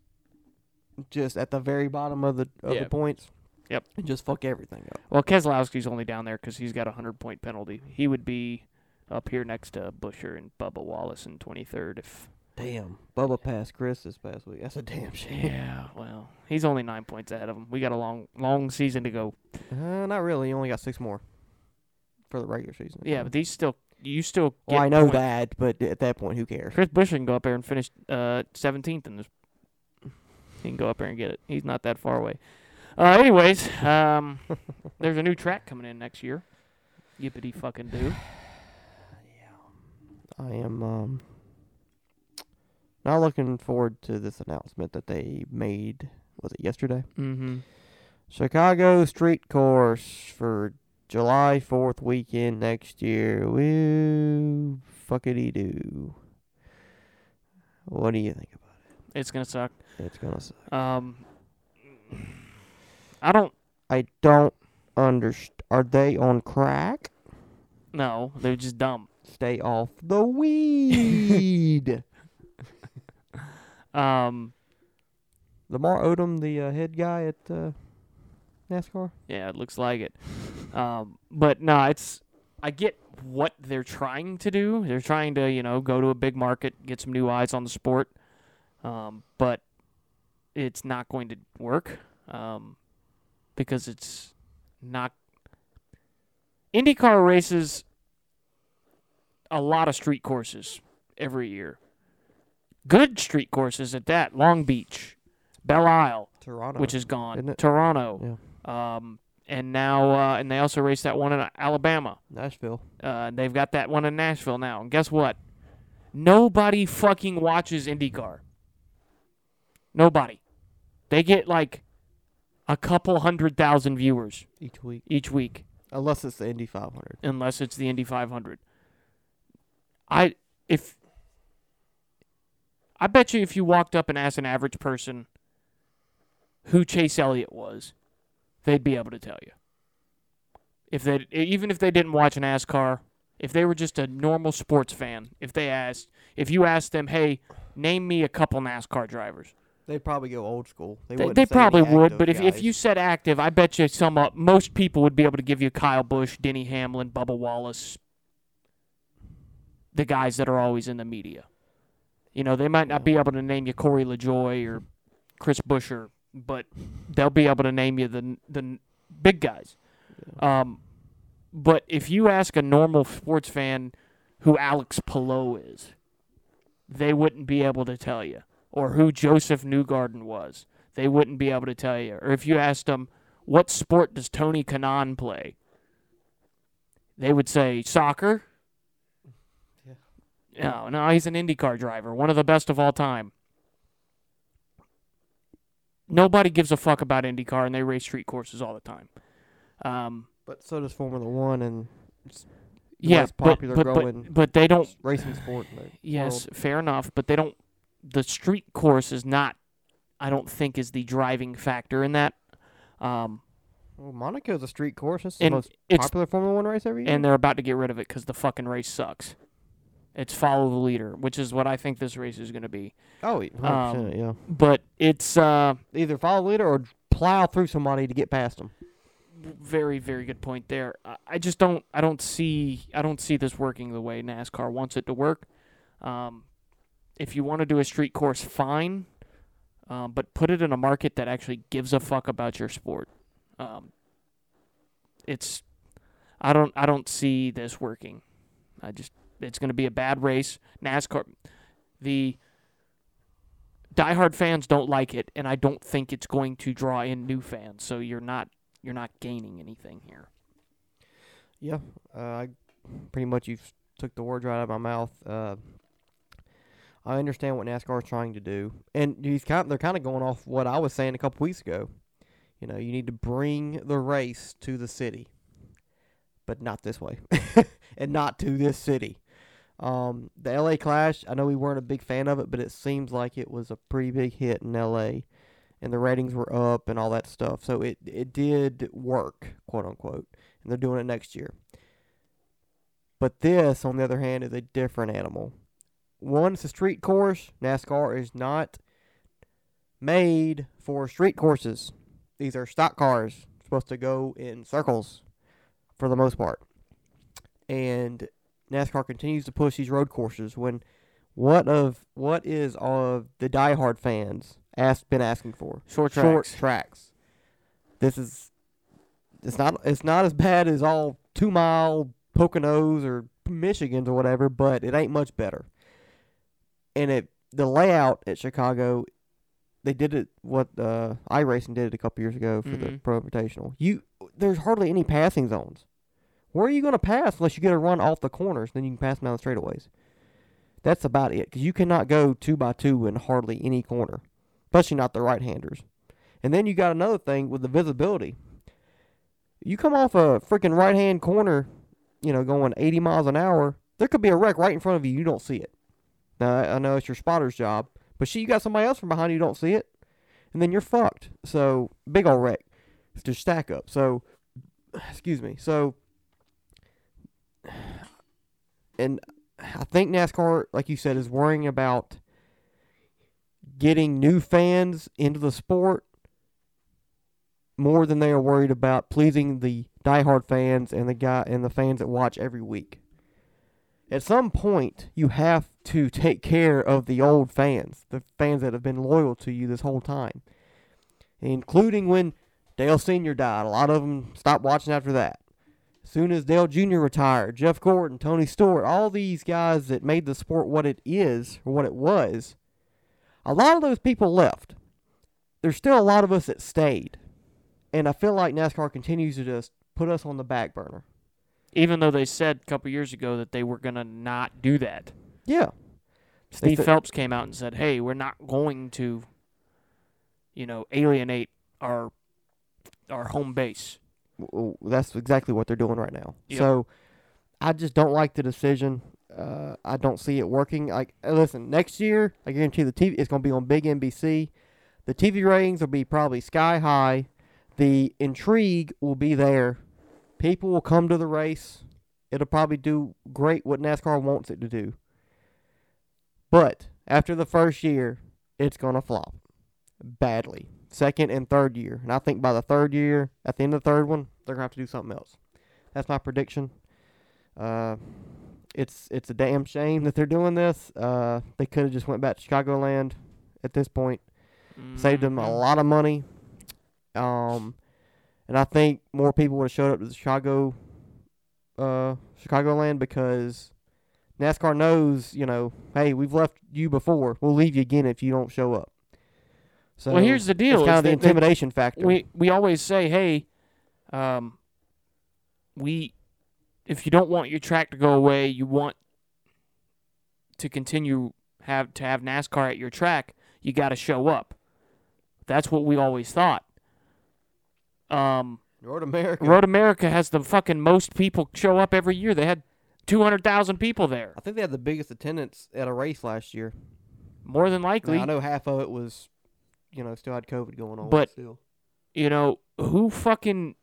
A: just at the very bottom of the of
B: Yeah.
A: the points.
B: Yep.
A: And just fuck everything up.
B: Well, Keselowski's only down there because he's got a hundred point penalty. He would be up here next to Busher and Bubba Wallace in twenty third. If
A: Damn, Bubba passed Chris this past week. That's a damn shame.
B: yeah, well, he's only nine points ahead of him. We got a long, long season to go.
A: Uh, not really. You only got six more for the regular season.
B: Yeah, but these still, you still. Get
A: well, Oh, I know
B: points.
A: that, but at that point, who cares?
B: Chris Busher can go up there and finish uh seventeenth in this. He can go up there and get it. He's not that far away. Uh, anyways, um, there's a new track coming in next year. Yippity fucking do.
A: I am um not looking forward to this announcement that they made. Was it yesterday?
B: Mm-hmm.
A: Chicago Street Course for July 4th weekend next year. Woo, fuckity do. What do you think about
B: It's gonna suck.
A: it? It's gonna. Suck.
B: Um, I don't
A: I don't understand. Are they on crack?
B: know. They're just dumb.
A: Stay off the weed.
B: Um,
A: Lamar Odom, the uh, head guy at uh, NASCAR.
B: yeah, it looks like it. Um, but no, it's. I get what they're trying to do. They're trying to, you know, go to a big market, get some new eyes on the sport. Um, but it's not going to work. Um, because it's not. IndyCar races a lot of street courses every year. Good street courses at that. Long Beach, Belle Isle,
A: Toronto.
B: which is gone.
A: isn't it?
B: Toronto. Um, and now, uh, and they also raced that one in Alabama.
A: Nashville.
B: Uh, and they've got that one in Nashville now. And guess what? Nobody fucking watches IndyCar. Nobody. They get like a couple hundred thousand viewers
A: Each week,
B: each week,
A: unless it's the Indy 500.
B: unless it's the Indy 500. I if I bet you if you walked up and asked an average person who Chase Elliott was, they'd be able to tell you. If they even if they didn't watch an NASCAR, if they were just a normal sports fan, if they asked, if you asked them, "Hey, name me a couple NASCAR drivers."
A: They'd probably go old school. They,
B: They,
A: wouldn't
B: they
A: say any
B: probably would,
A: active
B: but if, if
A: guys.
B: you said active, I bet you some uh, most people would be able to give you Kyle Bush, Denny Hamlin, Bubba Wallace, the guys that are always in the media. You know, they might not be able to name you Corey LaJoy or Chris Busher, but they'll be able to name you the the big guys. Um, but if you ask a normal sports fan who Alex Pillow is, they wouldn't be able to tell you, or who Joseph Newgarden was, they wouldn't be able to tell you. Or if you asked them, what sport does Tony Kanon play? They would say soccer. No, no, he's an IndyCar driver, one of the best of all time. Nobody gives a fuck about IndyCar, and they race street courses all the time. Um,
A: But so does Formula One and the
B: yeah,
A: most
B: but-
A: popular
B: but, but,
A: growing-
B: but they don't
A: racing sport. in the
B: Yes,
A: world.
B: fair enough, but they don't. The street course is not. I don't think is the driving factor in that. Um,
A: Well, Monaco's oh, a street course. It's the
B: and
A: most
B: it's
A: popular Formula One race every year.
B: and they're about to get rid of it because the fucking race sucks. It's follow the leader, which is what I think this race is going to be.
A: oh,
B: um,
A: yeah, 100%, yeah.
B: But it's uh,
A: Either follow the leader or plow through somebody to get past them.
B: very very good point there. I, I just don't I don't see I don't see this working the way NASCAR wants it to work. Um, if you want to do a street course, uh, fine, um, but put it in a market that actually gives a fuck about your sport. Um, it's I don't I don't see this working. I just it's going to be a bad race. NASCAR the diehard fans don't like it and I don't think it's going to draw in new fans. So you're not you're not gaining anything here.
A: Yeah, uh, I pretty much you took the words right out of my mouth. Uh, I understand what NASCAR is trying to do, and he's kind. They're kind of going off what I was saying a couple weeks ago. You know, you need to bring the race to the city, but not this way, and not to this city. Um, the LA Clash. I know we weren't a big fan of it, but it seems like it was a pretty big hit in LA, and the ratings were up and all that stuff. So it it did work, quote unquote, and they're doing it next year. But this, on the other hand, is a different animal. One, it's a street course. NASCAR is not made for street courses. These are stock cars supposed to go in circles for the most part. And NASCAR continues to push these road courses when what of what is of the diehard fans asked been asking for?
B: Short
A: Short
B: tracks.
A: tracks. This is it's not it's not as bad as all two mile Poconos or Michigans or whatever, but it ain't much better. And it the layout at Chicago, they did it what uh, iRacing did it a couple years ago for the
B: Mhm.
A: pro invitational. You there's hardly any passing zones. Where are you going to pass unless you get a run off the corners? Then you can pass them down the straightaways. That's about it because you cannot go two by two in hardly any corner, especially not the right handers. And then you got another thing with the visibility. You come off a freaking right hand corner, you know, going 80 miles an hour, there could be a wreck right in front of you. You don't see it. Now, I I know it's your spotter's job, but shit, you got somebody else from behind you, you don't see it, and then you're fucked. So, big old wreck. It's just stack up. So, excuse me. So, and I think NASCAR, like you said, is worrying about getting new fans into the sport more than they are worried about pleasing the diehard fans and the guy and the fans that watch every week. At some point, you have to take care of the old fans, the fans that have been loyal to you this whole time, including when Dale Senior died. A lot of them stopped watching after that. Soon as Dale Jr. retired, Jeff Gordon, Tony Stewart, all these guys that made the sport what it is or what it was, a lot of those people left. There's still a lot of us that stayed. And I feel like NASCAR continues to just put us on the back burner.
B: Even though they said a couple years ago that they were going to not do that.
A: Yeah. They
B: Steve
A: said-
B: Phelps came out and said, "Hey, we're not going to, you know, alienate our our home base."
A: w- w- that's exactly what they're doing right now.
B: Yep.
A: So I just don't like the decision. Uh, I don't see it working. Like, uh, listen, next year I guarantee the TV it's going to be on big NBC. The TV ratings will be probably sky high. The intrigue will be there. People will come to the race. It'll probably do great what NASCAR wants it to do. But after the first year, it's going to flop badly. Second and third year. And I think by the third year, at the end of the third one, they're gonna have to do something else. That's my prediction. Uh, it's it's a damn shame that they're doing this. Uh, they could have just went back to Chicagoland at this point saved them a
B: Mhm.
A: lot of money. Um, and I think more people would have showed up to the Chicago, uh, Chicagoland because NASCAR knows, you know, hey, we've left you before. We'll leave you again if you don't show up. So
B: well, here's the deal:
A: it's kind
B: is
A: of the
B: that they-
A: intimidation factor.
B: we we always say, "Hey, um, we if you don't want your track to go away, you want to continue have to have NASCAR at your track, you got to show up." That's what we always thought. Um,
A: North America.
B: Road America has the fucking most people show up every year. They had 200,000 people there.
A: I think they had the biggest attendance at a race last year.
B: More than
A: Now,
B: likely,
A: I know half of it was, you know, still had COVID going on.
B: But-
A: still.
B: you know, who fucking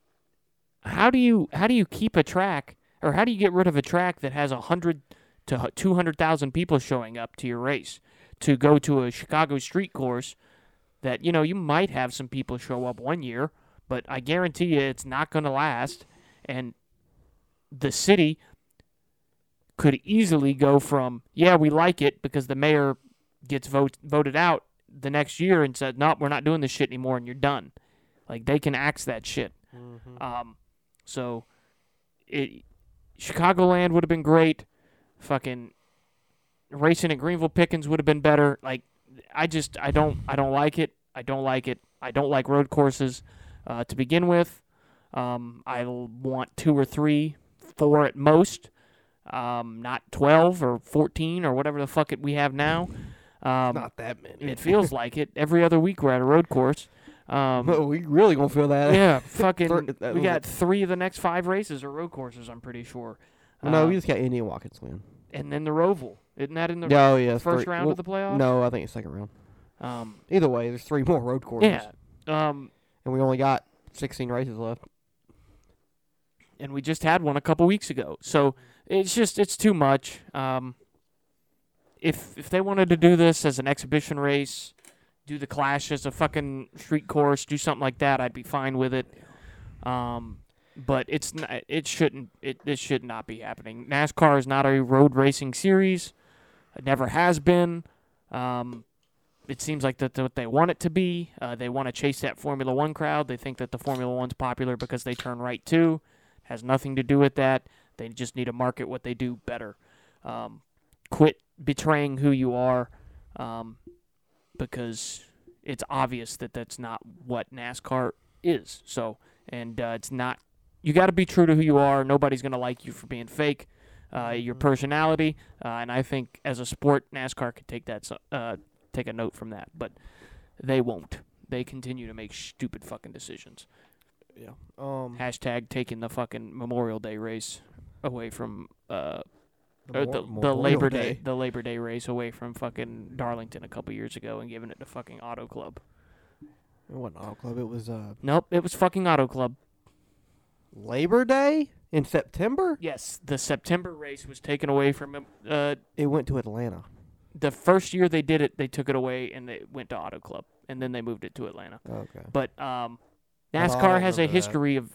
B: how do you how do you keep a track or how do you get rid of a track that has 100 to hu- 200,000 people showing up to your race to go to a Chicago street course that you know, you might have some people show up one year, but I guarantee you it's not going to last and the city could easily go from yeah we like it because the mayor gets vote, voted out the next year and said no we're not doing this shit anymore and you're done like they can axe that shit
A: Mhm.
B: Um, so it Chicagoland would have been great. Fucking racing at Greenville Pickens would have been better. Like I just I don't I don't like it. I don't like it. I don't like road courses uh, to begin with. Um, I l- want two or three, four at most. Um, not twelve or fourteen or whatever the fuck it we have now. Um,
A: Not that many.
B: it feels like it. Every other week we're at a road course. Um,
A: But we really gonna feel that.
B: yeah, fucking.
A: Thir- that
B: we
A: was
B: got three of the next five races are road courses. I'm pretty sure.
A: no,
B: Uh,
A: we just got Indian Watkins win.
B: and then the Roval. Isn't that in the
A: No, yeah, it's
B: first
A: three-
B: round
A: well,
B: of the playoffs?
A: No, I think it's second round.
B: Um,
A: Either way, there's three more road courses.
B: yeah. Um,
A: and we only got 16 races left.
B: and we just had one a couple weeks ago. So it's just it's too much. Um, if if they wanted to do this as an exhibition race, do the Clash as a fucking street course, do something like that, I'd be fine with it. Um, but it's not, it shouldn't it this should not be happening. NASCAR is not a road racing series. It never has been. Um, it seems like that's what they want it to be. Uh, they want to chase that Formula One crowd. They think that the Formula One's popular because they turn right too has nothing to do with that. They just need to market what they do better. Um, quit betraying who you are, um, because it's obvious that that's not what NASCAR is. So, and uh, it's not. You got to be true to who you are. Nobody's gonna like you for being fake. Uh, your personality, uh, and I think as a sport, NASCAR could take that so- uh, take a note from that, but they won't. They continue to make stupid fucking decisions.
A: Yeah. Um.
B: Hashtag taking the fucking Memorial Day race away from uh or
A: Mor-
B: the, the
A: Memorial
B: Labor Day. the Labor Day race away from fucking Darlington a couple years ago and giving it to fucking Auto Club.
A: It wasn't Auto Club. It was uh
B: Nope, it was fucking Auto Club.
A: Labor Day in September.
B: Yes, the September race was taken away from him. Uh,
A: It went to Atlanta.
B: the first year they did it, they took it away and it went to Auto Club, and then they moved it to Atlanta.
A: Okay.
B: But um,
A: I don't
B: NASCAR has a
A: remember that.
B: history of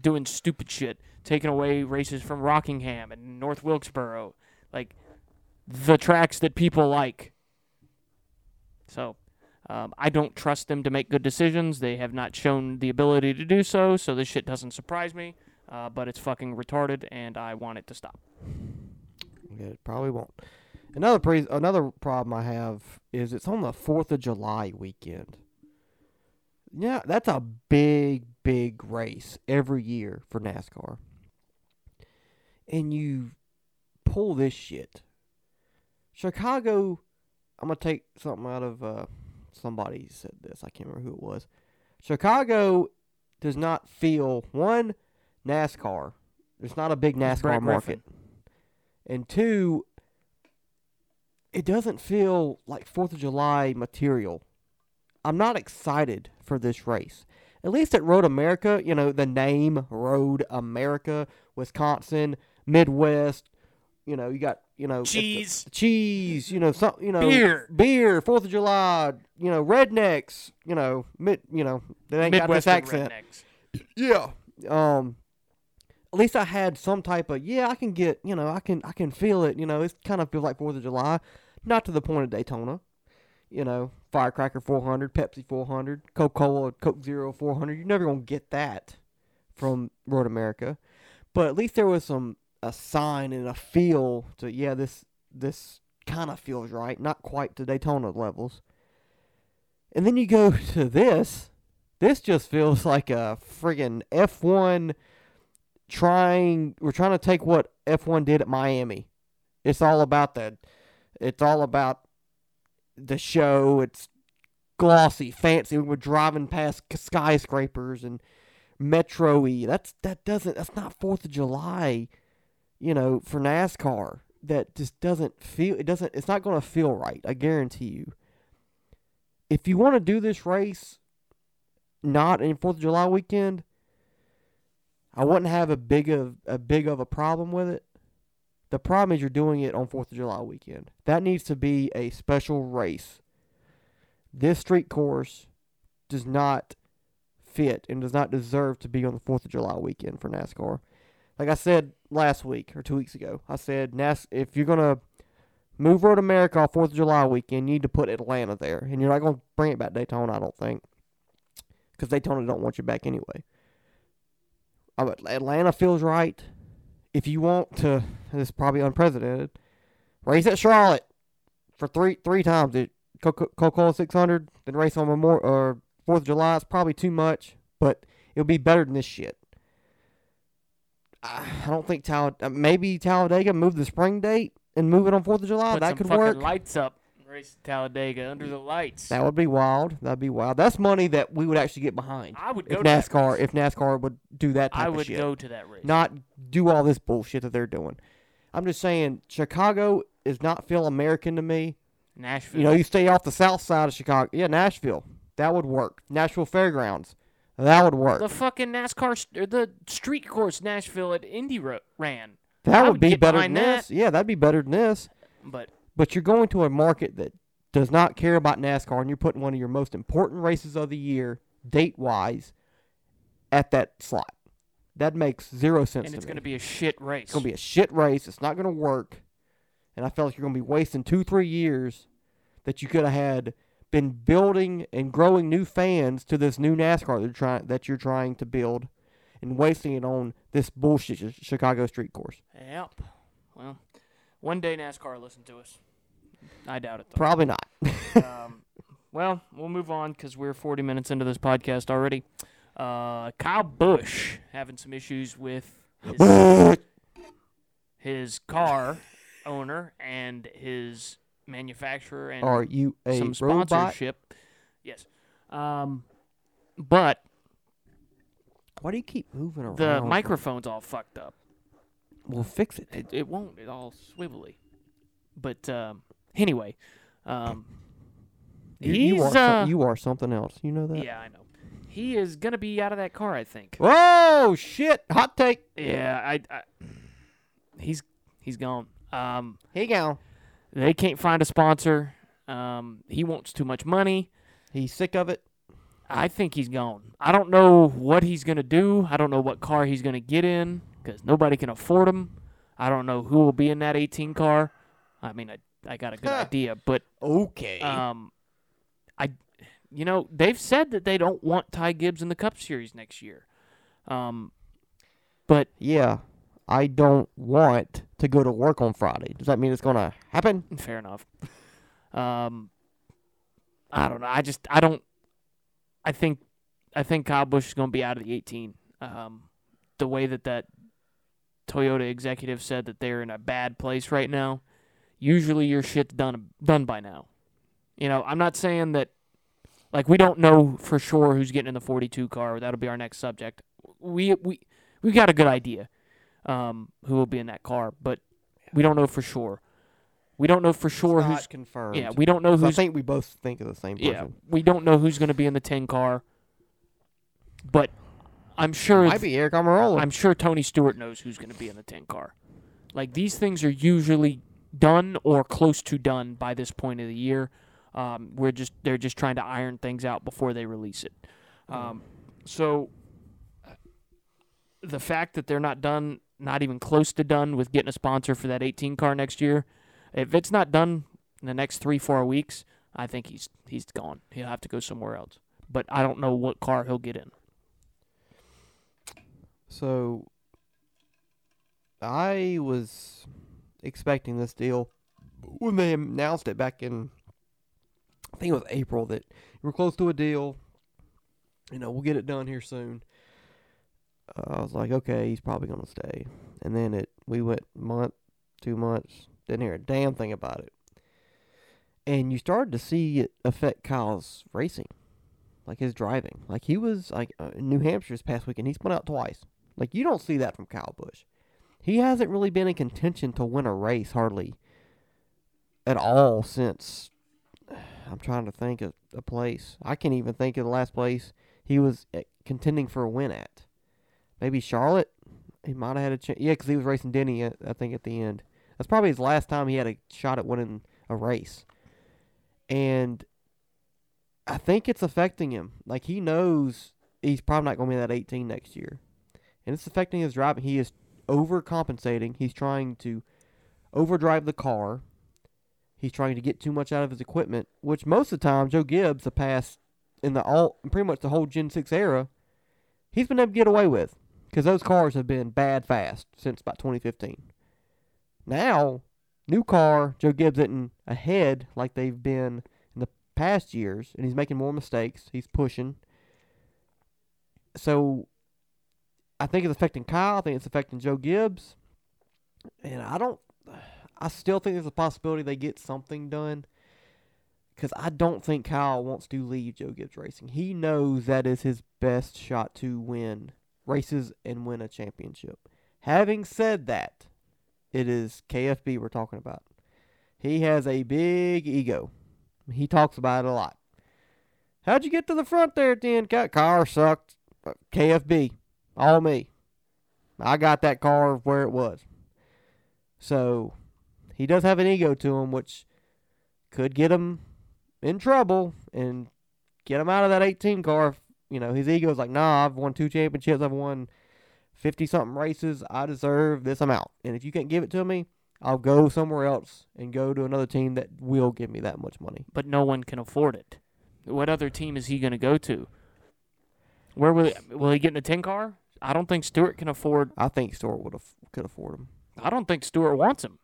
B: doing stupid shit, taking away races from Rockingham and North Wilkesboro, like the tracks that people like. So um, I don't trust them to make good decisions. They have not shown the ability to do so, so this shit doesn't surprise me. Uh, but it's fucking retarded, and I want it to stop.
A: Yeah, it probably won't. Another pre- another problem I have is it's on the Fourth of July weekend. Yeah, that's a big, big race every year for NASCAR. And you pull this shit. Chicago, I'm gonna take something out of uh, somebody said this. I can't remember who it was. Chicago does not feel one NASCAR. There's not a big
B: It's Brett
A: NASCAR market
B: Griffin.
A: and two, it doesn't feel like Fourth of July material. I'm not excited for this race. At least at Road America, you know the name Road America, Wisconsin, Midwest. You know you got you know it's the-
B: Cheese.
A: cheese. You know some you know
B: Beer.
A: beer. Fourth of July. You know rednecks. You know mid. You know they ain't got this
B: Midwestern
A: accent.
B: rednecks.
A: Yeah. Um at least I had some type of yeah, I can get you know, I can I can feel it, you know, it's kind of feels like Fourth of July. Not to the point of Daytona. You know, Firecracker four hundred, Pepsi four hundred, Coca Cola, Coke Zero four hundred. You're never gonna get that from Road America. But at least there was some a sign and a feel to yeah, this this kinda feels right, not quite to Daytona levels. And then you go to this this just feels like a friggin' F1 trying. We're trying to take what F1 did at Miami. It's all about the. It's all about the show. It's glossy, fancy. We're driving past skyscrapers and metro-y. That's that doesn't. That's not Fourth of July, you know, for NASCAR. That just doesn't feel. It doesn't. It's not going to feel right. I guarantee you. If you want to do this race, not in Fourth of July weekend, I wouldn't have a big of a big of a problem with it. The problem is you're doing it on Fourth of July weekend. That needs to be a special race. This street course does not fit and does not deserve to be on the Fourth of July weekend for NASCAR. Like I said last week or two weeks ago, I said NAS if you're gonna move Road America on Fourth of July weekend, you need to put Atlanta there, and you're not gonna bring it back to Daytona. I don't think because Daytona don't want you back anyway. I would- Atlanta feels right. If you want to, this is probably unprecedented. Race at Charlotte for three three times. It Coca-Cola 600, then race on Memorial or Fourth of July. It's probably too much, but it'll be better than this shit. I I don't think Talladega. Maybe Talladega move the spring date and move it on Fourth of July.
B: Put
A: Oh, that
B: some
A: could
B: fucking
A: work.
B: Lights up, race to Talladega under the lights.
A: That would be wild. That'd be wild. That's money that we would actually get behind
B: I would
A: if
B: go to that
A: NASCAR
B: race.
A: if NASCAR would do that type
B: I
A: of
B: would
A: shit.
B: go to that race.
A: Not do all this bullshit that they're doing. I'm just saying Chicago is not feel American to me.
B: Nashville.
A: You know, you stay off the south side of Chicago. Yeah, Nashville. That would work. Nashville Fairgrounds. That would work.
B: the fucking NASCAR, st- or the street course Nashville at Indy ro- ran, I
A: that would,
B: would
A: be
B: get
A: better than
B: behind
A: this. Yeah, that'd be better than this.
B: but
A: But you're going to a market that does not care about NASCAR, and you're putting one of your most important races of the year, date wise, at that slot. That makes zero sense.
B: and
A: to
B: it's
A: me.
B: going to be a shit race.
A: It's gonna be a shit race. It's not gonna work, and I feel like you're gonna be wasting two, three years that you could have had been building and growing new fans to this new NASCAR that you're trying that you're trying to build, and wasting it on this bullshit Chi- Chicago street course.
B: Yep. Well, one day NASCAR will listen to us. I doubt it though.
A: Probably not.
B: um, well, we'll move on because we're 40 minutes into this podcast already. Uh, Kyle Bush having some issues with his, his car owner and his manufacturer and
A: Are you a
B: some
A: robot?
B: sponsorship. Yes. Um, but
A: Why do you keep moving around?
B: the microphone's all fucked up.
A: We'll fix it.
B: It, it won't. It all swivelly. But um, anyway, um,
A: You,
B: he's
A: you are some-
B: uh,
A: you are something else. You know that.
B: Yeah, I know. He is gonna be out of that car, I think.
A: Oh shit! Hot take.
B: Yeah, I, I he's he's gone. Um,
A: He gone.
B: they can't find a sponsor. Um, he wants too much money.
A: He's sick of it.
B: I think he's gone. I don't know what he's gonna do. I don't know what car he's gonna get in because nobody can afford him. I don't know who will be in that 18 car. I mean, I I got a good idea, but
A: Okay.
B: um, I, you know, they've said that they don't want Ty Gibbs in the Cup Series next year. Um, but
A: yeah, I don't want to go to work on Friday. Does that mean it's gonna happen?
B: fair enough. Um, I don't know. I just I don't. I think I think Kyle Busch is going to be out of the 18. Um, the way that that Toyota executive said that they're in a bad place right now. Usually your shit's done done by now. You know, I'm not saying that. Like we don't know for sure who's getting in the 42 car. That'll be our next subject. We we we got a good idea um, who will be in that car, but we don't know for sure. We don't know for sure who's
A: confirmed.
B: yeah, we don't know
A: I
B: who's
A: think we both think of the same person.
B: yeah, we don't know who's going to be in the 10 car. But I'm sure
A: Might be Eric Amarola.
B: I'm sure Tony Stewart knows who's going to be in the 10 car. Like these things are usually done or close to done by this point of the year. Um, we're just they're just trying to iron things out before they release it. Um, so uh, the fact that they're not done, not even close to done with getting a sponsor for that 18 car next year, if it's not done in the next three four weeks, I think he's he's gone. He'll have to go somewhere else. But I don't know what car he'll get in.
A: so I was expecting this deal when they announced it back in I think it was April that we're close to a deal. You know, we'll get it done here soon. Uh, I was like, okay, he's probably gonna stay. And then it we went month, two months, didn't hear a damn thing about it. And you started to see it affect Kyle's racing, like his driving. Like he was like uh, in New Hampshire this past weekend, he spun out twice. Like you don't see that from Kyle Busch. He hasn't really been in contention to win a race hardly at all since. I'm trying to think of a place. I can't even think of the last place he was eh, contending for a win at. Maybe Charlotte. He might have had a chance. Yeah, because he was racing Denny, at, I think, at the end. That's probably his last time he had a shot at winning a race. And I think it's affecting him. Like, he knows he's probably not going to be in that 18 next year. And it's affecting his driving. He is overcompensating. He's trying to overdrive the car. He's trying to get too much out of his equipment, which most of the time, Joe Gibbs, the past in the all, pretty much the whole Gen 6 era, he's been able to get away with. because those cars have been bad fast since about 2015. Now, new car, Joe Gibbs isn't ahead like they've been in the past years, and he's making more mistakes. He's pushing. So, I think it's affecting Kyle. I think it's affecting Joe Gibbs. And I don't, I still think there's a possibility they get something done. Because I don't think Kyle wants to leave Joe Gibbs Racing. He knows that is his best shot to win races and win a championship. Having said that, it is KFB we're talking about. He has a big ego. He talks about it a lot. How'd you get to the front there at the end? Got car sucked. KFB, all me. I got that car where it was. So he does have an ego to him, which could get him in trouble and get him out of that 18 car if you know, his ego's like, nah, I've won two championships, I've won fifty something races, I deserve this amount. And if you can't give it to me, I'll go somewhere else and go to another team that will give me that much money.
B: but no one can afford it. What other team is he going to go to? Where will he, will he get in a ten car? I don't think Stewart can afford.
A: I think Stewart would have could afford him.
B: I don't think Stewart wants him.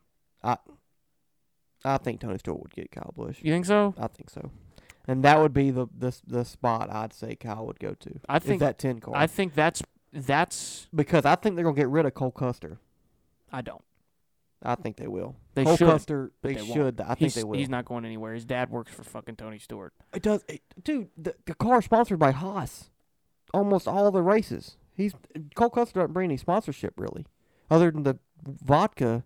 A: I think Tony Stewart would get Kyle Busch.
B: You think so?
A: I think so. And that would be the the the spot I'd say Kyle would go to.
B: I
A: is
B: think-
A: that ten car.
B: I think that's that's.
A: because I think they're gonna get rid of Cole Custer.
B: I don't.
A: I think they will.
B: They
A: Cole
B: should.
A: Custer, they,
B: they won't.
A: should. I think
B: he's,
A: they will.
B: he's not going anywhere. His dad works for fucking Tony Stewart.
A: It does, it, dude. The, the car is sponsored by Haas. Almost all the races. He's Cole Custer doesn't bring any sponsorship really, other than the vodka,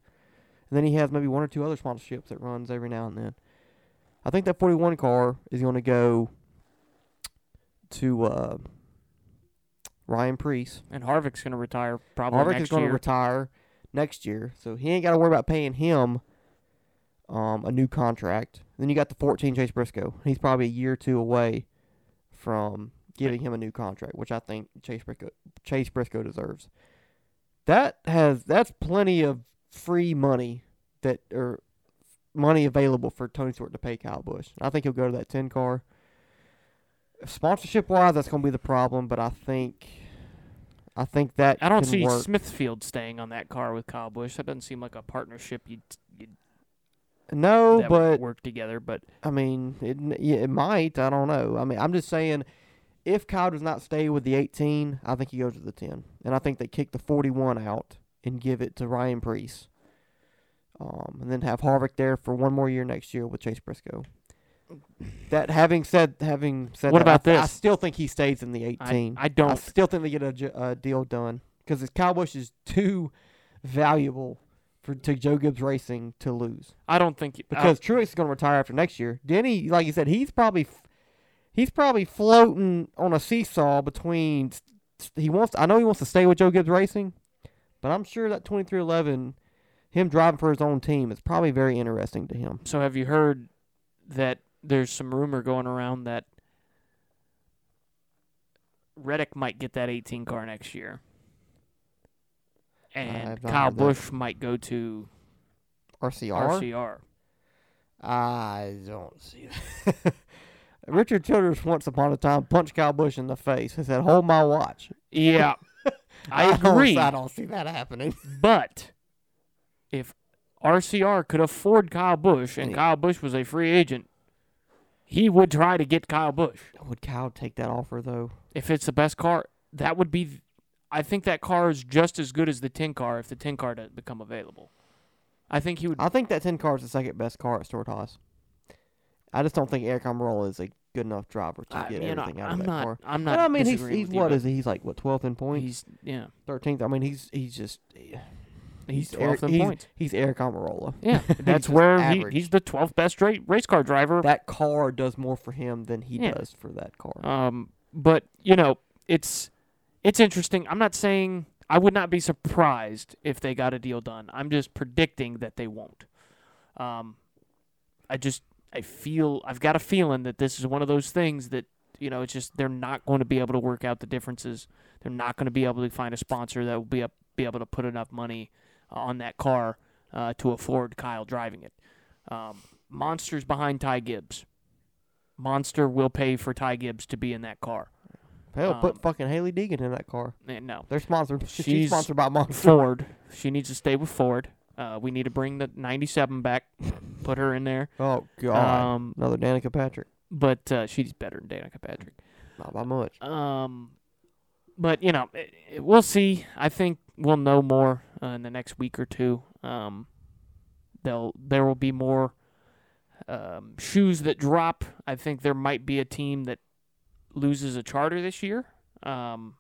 A: and then he has maybe one or two other sponsorships that runs every now and then. I think that forty-one car is going to go to uh, Ryan Priest.
B: And Harvick's going to retire probably
A: Harvick
B: next
A: is going to
B: year.
A: retire next year, so he ain't got to worry about paying him um, a new contract. Then you got the 14 Chase Briscoe. He's probably a year or two away from giving him a new contract, which I think Chase Briscoe Chase Briscoe deserves. That has that's plenty of free money that or money available for Tony Stewart to pay Kyle Busch. I think he'll go to that 10 car. Sponsorship wise, that's going to be the problem, but I think I think that
B: I don't
A: can
B: see
A: work.
B: Smithfield staying on that car with Kyle Busch. That doesn't seem like a partnership you'd, you'd
A: No,
B: that
A: Oh, but
B: would work together. But
A: I mean, it n- yeah, it might. I don't know. I mean, I'm just saying, if Kyle does not stay with the 18, I think he goes to the 10, and I think they kick the 41 out and give it to Ryan Priest, um, and then have Harvick there for one more year next year with Chase Briscoe. That having said, having said,
B: What
A: that, I
B: about
A: th- I
B: this?
A: still think he stays in the 18.
B: I, I
A: I
B: don't.
A: still think they get a, ju- a deal done because Kyle Busch is too valuable for to Joe Gibbs Racing to lose
B: I don't think I-
A: because Truex is going to retire after next year. Denny, like you said, he's probably f- he's probably floating on a seesaw between s- s- he wants. I know he wants to stay with Joe Gibbs Racing, but I'm sure that 2311, him driving for his own team, is probably very interesting to him.
B: So have you heard that there's some rumor going around that Reddick might get that 18 car next year, and
A: have not
B: Kyle
A: heard that.
B: Busch might go to
A: RCR.
B: RCR.
A: I don't see that. Richard Childress once upon a time punched Kyle Bush in the face and said, "Hold my watch."
B: Yeah, I
A: don't-
B: agree.
A: I don't see that happening.
B: But if RCR could afford Kyle Busch and
A: Yeah.
B: Kyle Busch was a free agent, he would try to get Kyle Busch.
A: Would Kyle take that offer though?
B: If it's the best car, that would be. I think that car is just as good as the 10 car if the 10 car doesn't become available. I think he would.
A: I think that 10 car is the second best car at Stuart Haas. I just don't think Eric Amarola is a good enough driver to
B: I,
A: get
B: you know,
A: everything out
B: I'm
A: of that
B: not,
A: car.
B: I'm
A: But
B: not.
A: I mean, he's,
B: disagreeing
A: he's
B: with you,
A: what
B: but
A: is he? He's like, what, 12th in points?
B: He's yeah.
A: 13th? I mean, he's he's just.
B: He's
A: Eric-
B: 12th in
A: he's-
B: points.
A: He's Eric Amarola.
B: Yeah, that's
A: just
B: where he,
A: average.
B: he's the 12th best ra- race car driver.
A: That car does more for him than he
B: Yeah.
A: does for that car.
B: Um, but you know, it's it's interesting. I'm not saying I would not be surprised if they got a deal done. I'm just predicting that they won't. Um, I just I feel I've got a feeling that this is one of those things that you know it's just they're not going to be able to work out the differences. They're not going to be able to find a sponsor that will be up, be able to put enough money uh, on that car uh, to afford Kyle driving it. Um, monsters behind Ty Gibbs. Monster will pay for Ty Gibbs to be in that car.
A: Hell,
B: Um,
A: put fucking Haley Deegan in that car.
B: Eh, no.
A: They're sponsored. She's,
B: She's-
A: sponsored by Monster.
B: Ford. She needs to stay with Ford. Uh, we need to bring the 97 back, put her in there.
A: Oh god,
B: Um,
A: another Danica Patrick.
B: but uh, she's better than Danica Patrick.
A: Not by much.
B: Um, but you know, it, it- we'll see. I think we'll know more uh, in the next week or two. Um, they'll there will be more um, shoes that drop. I think there might be a team that loses a charter this year. Um,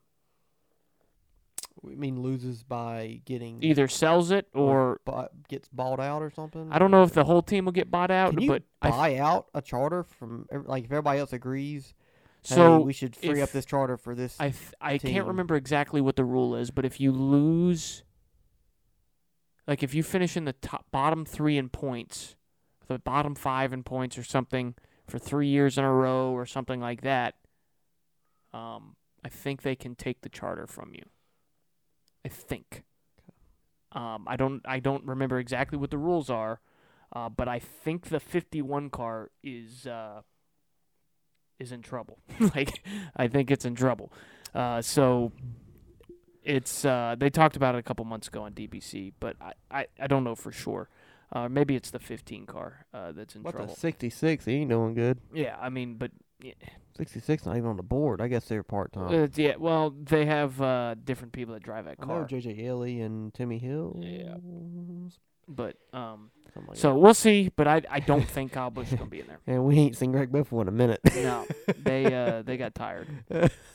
A: We mean loses by getting
B: either sells it or
A: bu- gets bought out or something.
B: I don't know if the whole team will get bought out.
A: Can you
B: but I,
A: buy out a charter from ev- like if everybody else agrees. hey,
B: so
A: we should free up
B: if
A: this charter for this.
B: I th- I
A: team.
B: can't remember exactly what the rule is, but if you lose, like if you finish in the top bottom three in points, the bottom five in points or something for three years in a row or something like that, um, I think they can take the charter from you. I think. Um, I don't I don't remember exactly what the rules are, uh, but I think the 51 car is uh, is in trouble. like I think it's in trouble. Uh, so it's uh, they talked about it a couple months ago on DBC, but I, I, I don't know for sure. Uh, maybe it's the 15 car uh, that's in
A: what
B: trouble.
A: the sixty six? He ain't doing good.
B: yeah, I mean, but yeah,
A: Sixty six not even on the board. I guess they're part time.
B: uh, yeah, well, they have uh, different people that drive that
A: I know
B: car,
A: JJ Ellie and Timmy Hill.
B: Yeah. but um,
A: Something like
B: so we'll see. But I I don't think Kyle Busch is gonna be in there.
A: that. and we ain't seen Greg Biffle in a minute.
B: No, they uh they got tired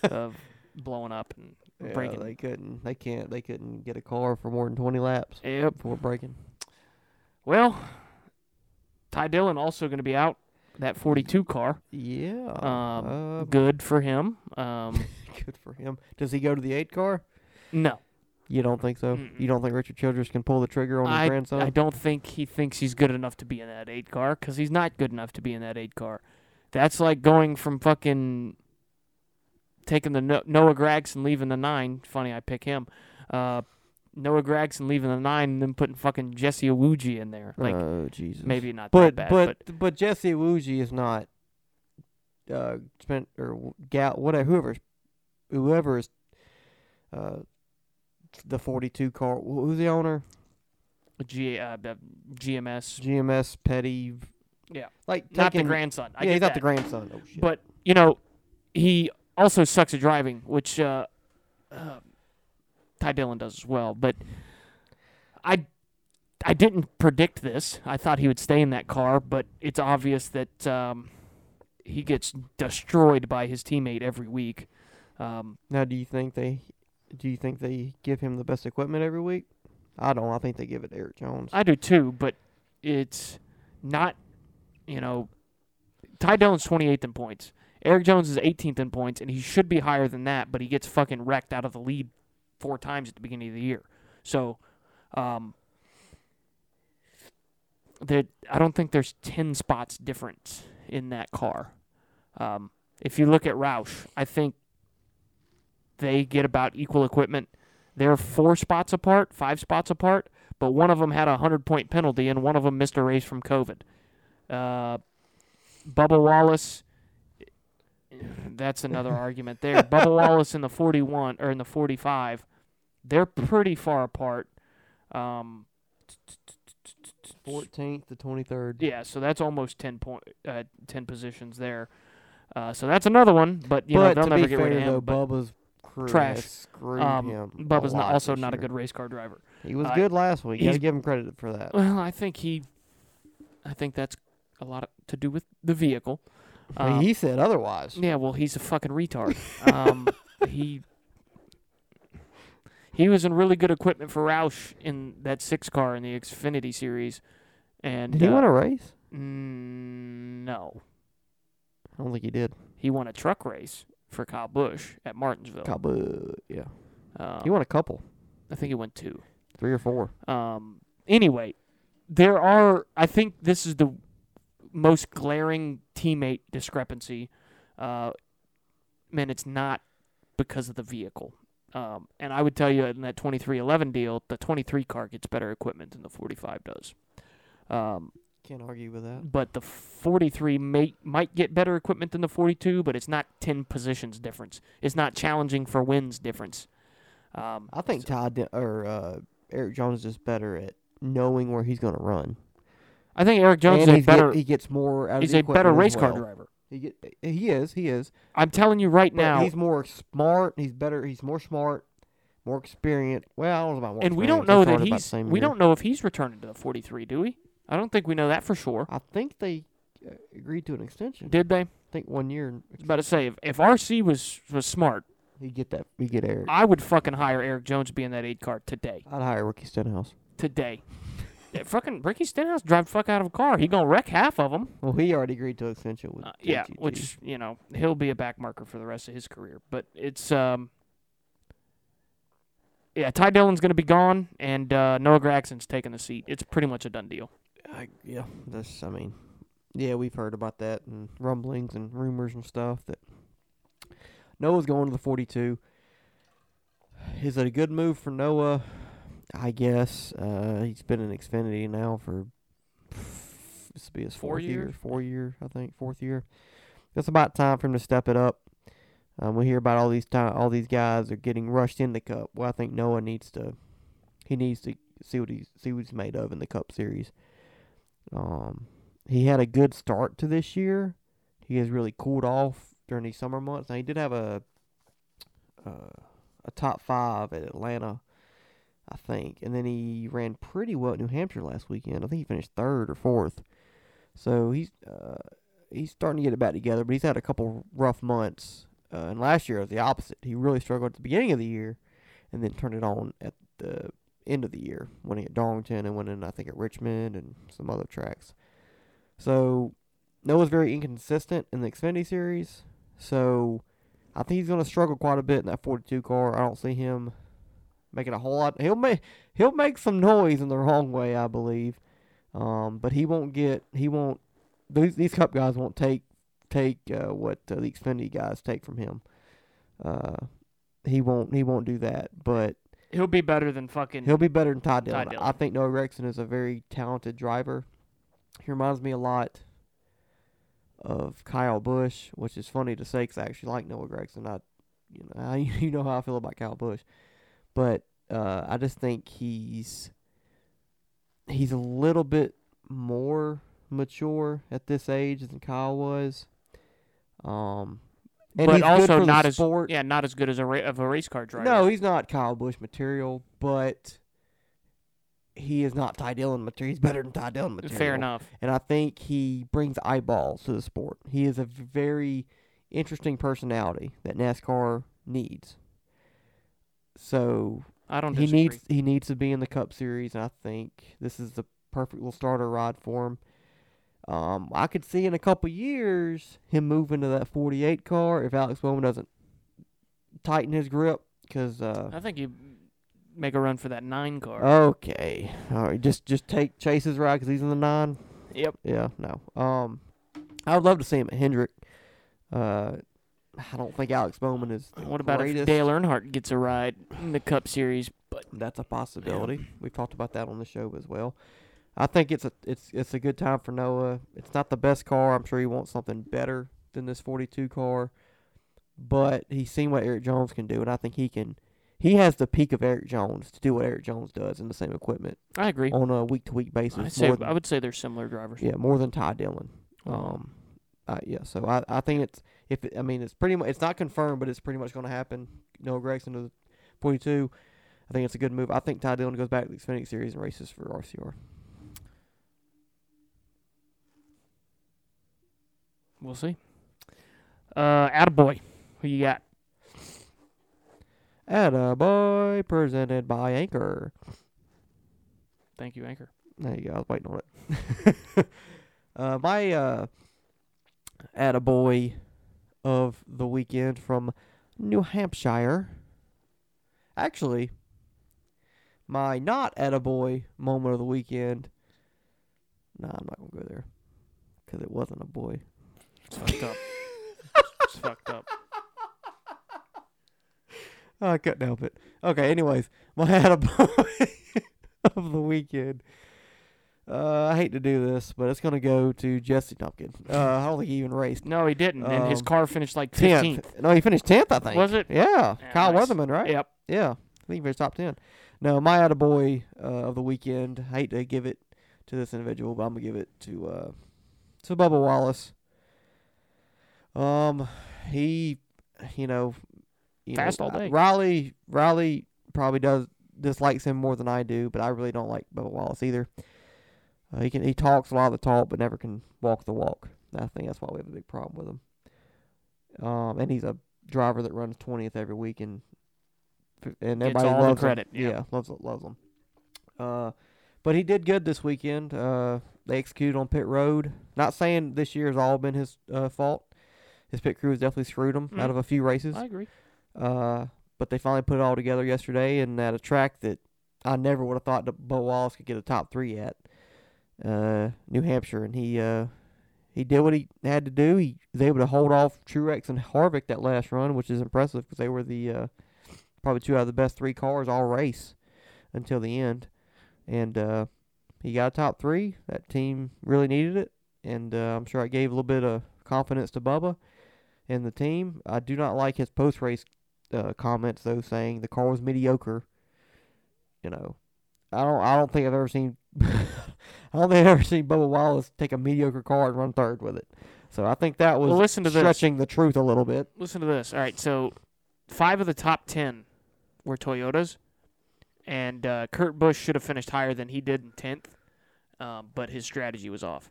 B: of blowing up and
A: Yeah,
B: breaking.
A: they couldn't. They can't. They couldn't get a car for more than twenty laps
B: yep.
A: before breaking.
B: Well, Ty Dillon also gonna be out that 42 car.
A: Yeah.
B: Um,
A: uh,
B: Good for him. Um,
A: good for him. Does he go to the eight car?
B: no,
A: You don't think so? You
B: Mm-mm.
A: don't think Richard Childress can pull the trigger on his
B: I,
A: grandson?
B: I don't think he thinks he's good enough to be in that eight car because he's not good enough to be in that eight car. That's like going from fucking taking the no- Noah Gregson leaving the nine. Funny, I pick him. Uh, Noah Gregson leaving the nine and then putting fucking Jesse Awuji in there. Like
A: oh Jesus.
B: maybe not
A: But,
B: that bad,
A: but but Jesse Wuji is not. Uh, spent or Gal whatever whoever's whoever is. Uh, the forty-two car. wh- Who's the owner?
B: G, uh, the GMS,
A: GMS Petty.
B: Yeah.
A: Like
B: not the
A: taking,
B: grandson. I
A: yeah,
B: get
A: he's
B: that.
A: not the grandson. Oh shit.
B: But you know, he also sucks at driving, which uh, uh, Ty Dillon does as well. But I, I didn't predict this. I thought he would stay in that car, but it's obvious that um, he gets destroyed by his teammate every week. Um,
A: Now, do you think they do you think they give him the best equipment every week? I don't. I think they give it to Eric Jones.
B: I do too, but it's not, you know, Ty Dillon's 28th in points. Eric Jones is 18th in points, and he should be higher than that, but he gets fucking wrecked out of the lead four times at the beginning of the year. So, um, that I don't think there's 10 spots difference in that car. Um, if you look at Roush, I think they get about equal equipment. They're four spots apart, five spots apart, but one of them had a 100 point penalty and one of them missed a race from COVID. Uh, Bubba Wallace, that's another argument there. Bubba Wallace in the 41 or in the 45, they're pretty far apart. Um,
A: Fourteenth to twenty third.
B: yeah, so that's almost 10 point, uh, 10 positions there. Uh, so that's another one, but you know
A: but
B: they'll
A: to
B: never
A: be
B: get
A: fair
B: rid of him.
A: though,
B: but,
A: Bubba's crew
B: Trash.
A: has screwed
B: um,
A: him. a
B: Bubba's not,
A: lot
B: also
A: this
B: not a
A: year.
B: good race car driver.
A: He was
B: uh,
A: good last week. Gotta
B: he's-
A: give him credit for that.
B: Well, I think he, I think that's a lot of, to do with the vehicle.
A: I mean,
B: Um,
A: he said otherwise.
B: Yeah, well, he's a fucking retard. Um, he he was in really good equipment for Roush in that six car in the Xfinity series, and
A: Did he
B: uh,
A: win a race?
B: mm, no,
A: I don't think he did.
B: he won a truck race for Kyle Busch at Martinsville.
A: Cabo- yeah,
B: Um,
A: he won a couple,
B: I think he won two.
A: three or four.
B: Um, anyway, there are. I think this is the most glaring teammate discrepancy. Uh, and it's not because of the vehicle. Um, and I would tell you in that 2311 deal, the 23 car gets better equipment than the 45 does. Um,
A: Can't argue with that.
B: but the 43 may, might get better equipment than the 42, but it's not 10 positions difference. It's not challenging for wins difference. Um,
A: I think Todd De- or uh, Eric Jones is better at knowing where he's going to run.
B: I think Eric Jones
A: and
B: is a
A: he's get-
B: better
A: he gets more out of
B: he's
A: the
B: a
A: equipment
B: better
A: as
B: race car
A: well.
B: driver.
A: He, get, he is. He is.
B: I'm telling you right
A: But
B: now,
A: he's more smart. He's better. He's more smart, more experienced. Well, I don't know about more.
B: and we don't
A: experienced. They
B: know that
A: started about the
B: he's
A: same
B: we
A: year.
B: don't know if he's returning to the 43, do we? I don't think we know that for sure.
A: I think they uh, agreed to an extension.
B: Did they? I
A: I think one year.
B: was about to say if, if RC was was smart,
A: You get that. You get Eric.
B: I would fucking hire Eric Jones to be in that eight car today.
A: I'd hire Ricky Stenhouse.
B: Today. Yeah, fucking Ricky Stenhouse drive fuck out of a car. He gonna wreck half of them.
A: Well, he already agreed to extension with.
B: Uh, yeah,
A: JGT.
B: which you know he'll be a back marker for the rest of his career. But it's um, yeah, Ty Dillon's going to be gone, and uh, Noah Gregson's taking the seat. It's pretty much a done deal.
A: I, yeah, that's. I mean, yeah, we've heard about that and rumblings and rumors and stuff that Noah's going to the forty-two. Is it a good move for Noah? I guess uh, he's been in Xfinity now for this will be his
B: Four
A: fourth year,
B: years?
A: four year, I think, fourth year. It's about time for him to step it up. Um, we hear about all these time, all these guys are getting rushed in the cup. Well, I think Noah needs to, he needs to see what he's see what he's made of in the Cup Series. Um, he had a good start to this year. He has really cooled off during these summer months. Now he did have a uh, a top five at Atlanta, I think, and then he ran pretty well at New Hampshire last weekend. I think he finished third or fourth. So he's uh, he's starting to get it back together, but he's had a couple rough months. Uh, and last year it was the opposite. He really struggled at the beginning of the year, and then turned it on at the end of the year, winning at Darlington and winning I think at Richmond and some other tracks. So Noah's very inconsistent in the Xfinity series. So I think he's going to struggle quite a bit in that 42 car. I don't see him making a whole lot. He'll make he'll make some noise in the wrong way, I believe. Um, but he won't get he won't these these cup guys won't take take uh, what uh, the Xfinity guys take from him. Uh, he won't he won't do that. But
B: He'll be better than fucking.
A: He'll be better than Ty Dillon.
B: Dillon.
A: I think Noah Gregson is a very talented driver. He reminds me a lot of Kyle Busch, which is funny to say because I actually like Noah Gregson. I, you know, I, you know how I feel about Kyle Busch, but uh, I just think he's he's a little bit more mature at this age than Kyle was. Um, and
B: but
A: he's good
B: also
A: for the
B: not as
A: sport.
B: yeah, not as good as a ra- of a race car driver.
A: No, he's not Kyle Bush material, but he is not Ty Dillon material. He's better than Ty Dillon material.
B: fair enough.
A: And I think he brings eyeballs to the sport. He is a very interesting personality that NASCAR needs. So
B: I don't.
A: he
B: Disagree.
A: needs he needs to be in the Cup Series, and I think this is the perfect little starter ride for him. Um, I could see in a couple years him moving to that 48 car if Alex Bowman doesn't tighten his grip, because uh,
B: I think you make a run for that nine car.
A: Oh, Okay. All right. Just just take Chase's ride because he's in the nine.
B: Yep.
A: Yeah. No. Um, I would love to see him at Hendrick. Uh, I don't think Alex Bowman is. the
B: what about
A: greatest.
B: if Dale Earnhardt gets a ride in the Cup Series? But
A: That's a possibility. We've talked about that on the show as well. I think it's a it's it's a good time for Noah. It's not the best car. I'm sure he wants something better than this 42 car, but he's seen what Eric Jones can do, and I think he can. He has the peak of Eric Jones to do what Eric Jones does in the same equipment
B: I agree.
A: on a week to week basis.
B: I say
A: Oh, more than-
B: I would say they're similar drivers.
A: Yeah, more than Ty Dillon. Um, I, yeah, so I, I think it's if it, I mean it's pretty much it's not confirmed, but it's pretty much going to happen. Noah Gregson to the forty two. I think it's a good move. I think Ty Dillon goes back to the Xfinity Series and races for RCR.
B: We'll see. Uh, Attaboy, who you got?
A: Attaboy presented by Anchor.
B: Thank you, Anchor.
A: There you go. I was waiting on it. uh, my uh, attaboy of the weekend from New Hampshire. Actually, my not attaboy moment of the weekend. Nah, I'm not going to go there because it wasn't a boy.
B: It's fucked up. it's fucked up.
A: Oh, I couldn't help it. Okay, anyways, my attaboy of the weekend Uh, I hate to do this, but it's gonna go to Jesse Tompkins. Uh, I don't think he even raced.
B: No, he didn't. and his
A: Um,
B: car finished like 15th.
A: Tenth. No, he finished tenth, I think.
B: Was it?
A: Yeah,
B: Yeah,
A: Kyle
B: nice.
A: Weatherman, right?
B: Yep.
A: Yeah, I think he finished top ten. No, my attaboy uh, of the weekend. I hate to give it to this individual, but I'm gonna give it to uh, to Bubba Wallace. Um, he, you know, you
B: Fast
A: know,
B: all day.
A: Riley, Riley probably does dislikes him more than I do, but I really don't like Bubba Wallace either. Uh, he can he talks a lot of the talk, but never can walk the walk. I think that's why we have a big problem with him. Um, and he's a driver that runs twentieth every week, and and
B: Gets
A: everybody
B: all the
A: loves him.
B: credit, yeah.
A: Yeah, loves loves him. Uh, but he did good this weekend. Uh, they executed on pit road. Not saying this year has all been his uh, fault. His pit crew has definitely screwed him
B: Mm.
A: out of a few races.
B: I agree.
A: Uh, but they finally put it all together yesterday, and at a track that I never would have thought that Bo Wallace could get a top three at, uh, New Hampshire, and he uh, he did what he had to do. He was able to hold off Truex and Harvick that last run, which is impressive because they were the uh, probably two out of the best three cars all race until the end, and uh, he got a top three. That team really needed it, and uh, I'm sure it gave a little bit of confidence to Bubba. And the team, I do not like his post-race uh, comments though, saying the car was mediocre. You know, I don't. I don't think I've ever seen. I don't think I've ever seen Bubba Wallace take a mediocre car and run third with it. So I think that was
B: Well, listen to this.
A: stretching the truth a little bit.
B: Listen to this. All right, so five of the top 10 were Toyotas, and uh, Kurt Busch should have finished higher than he did in 10th, um, but his strategy was off.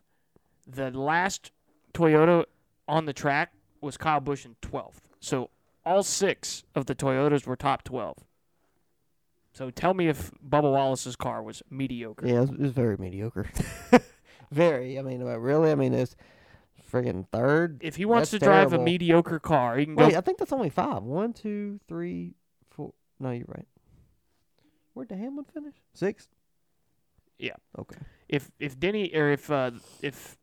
B: The last Toyota on the track was Kyle Busch in 12th. So all six of the Toyotas were top 12. So tell me if Bubba Wallace's car was mediocre.
A: Yeah, it was, it was very mediocre. very. I mean, uh, really. I mean, it's friggin' third.
B: If he wants
A: That's
B: to drive a
A: terrible.
B: mediocre car, he can go
A: Wait, I think that's only five. One, two, three, four. No, you're right. Where'd the Hamlin finish? Six.
B: Yeah.
A: Okay.
B: if if Denny or if uh, if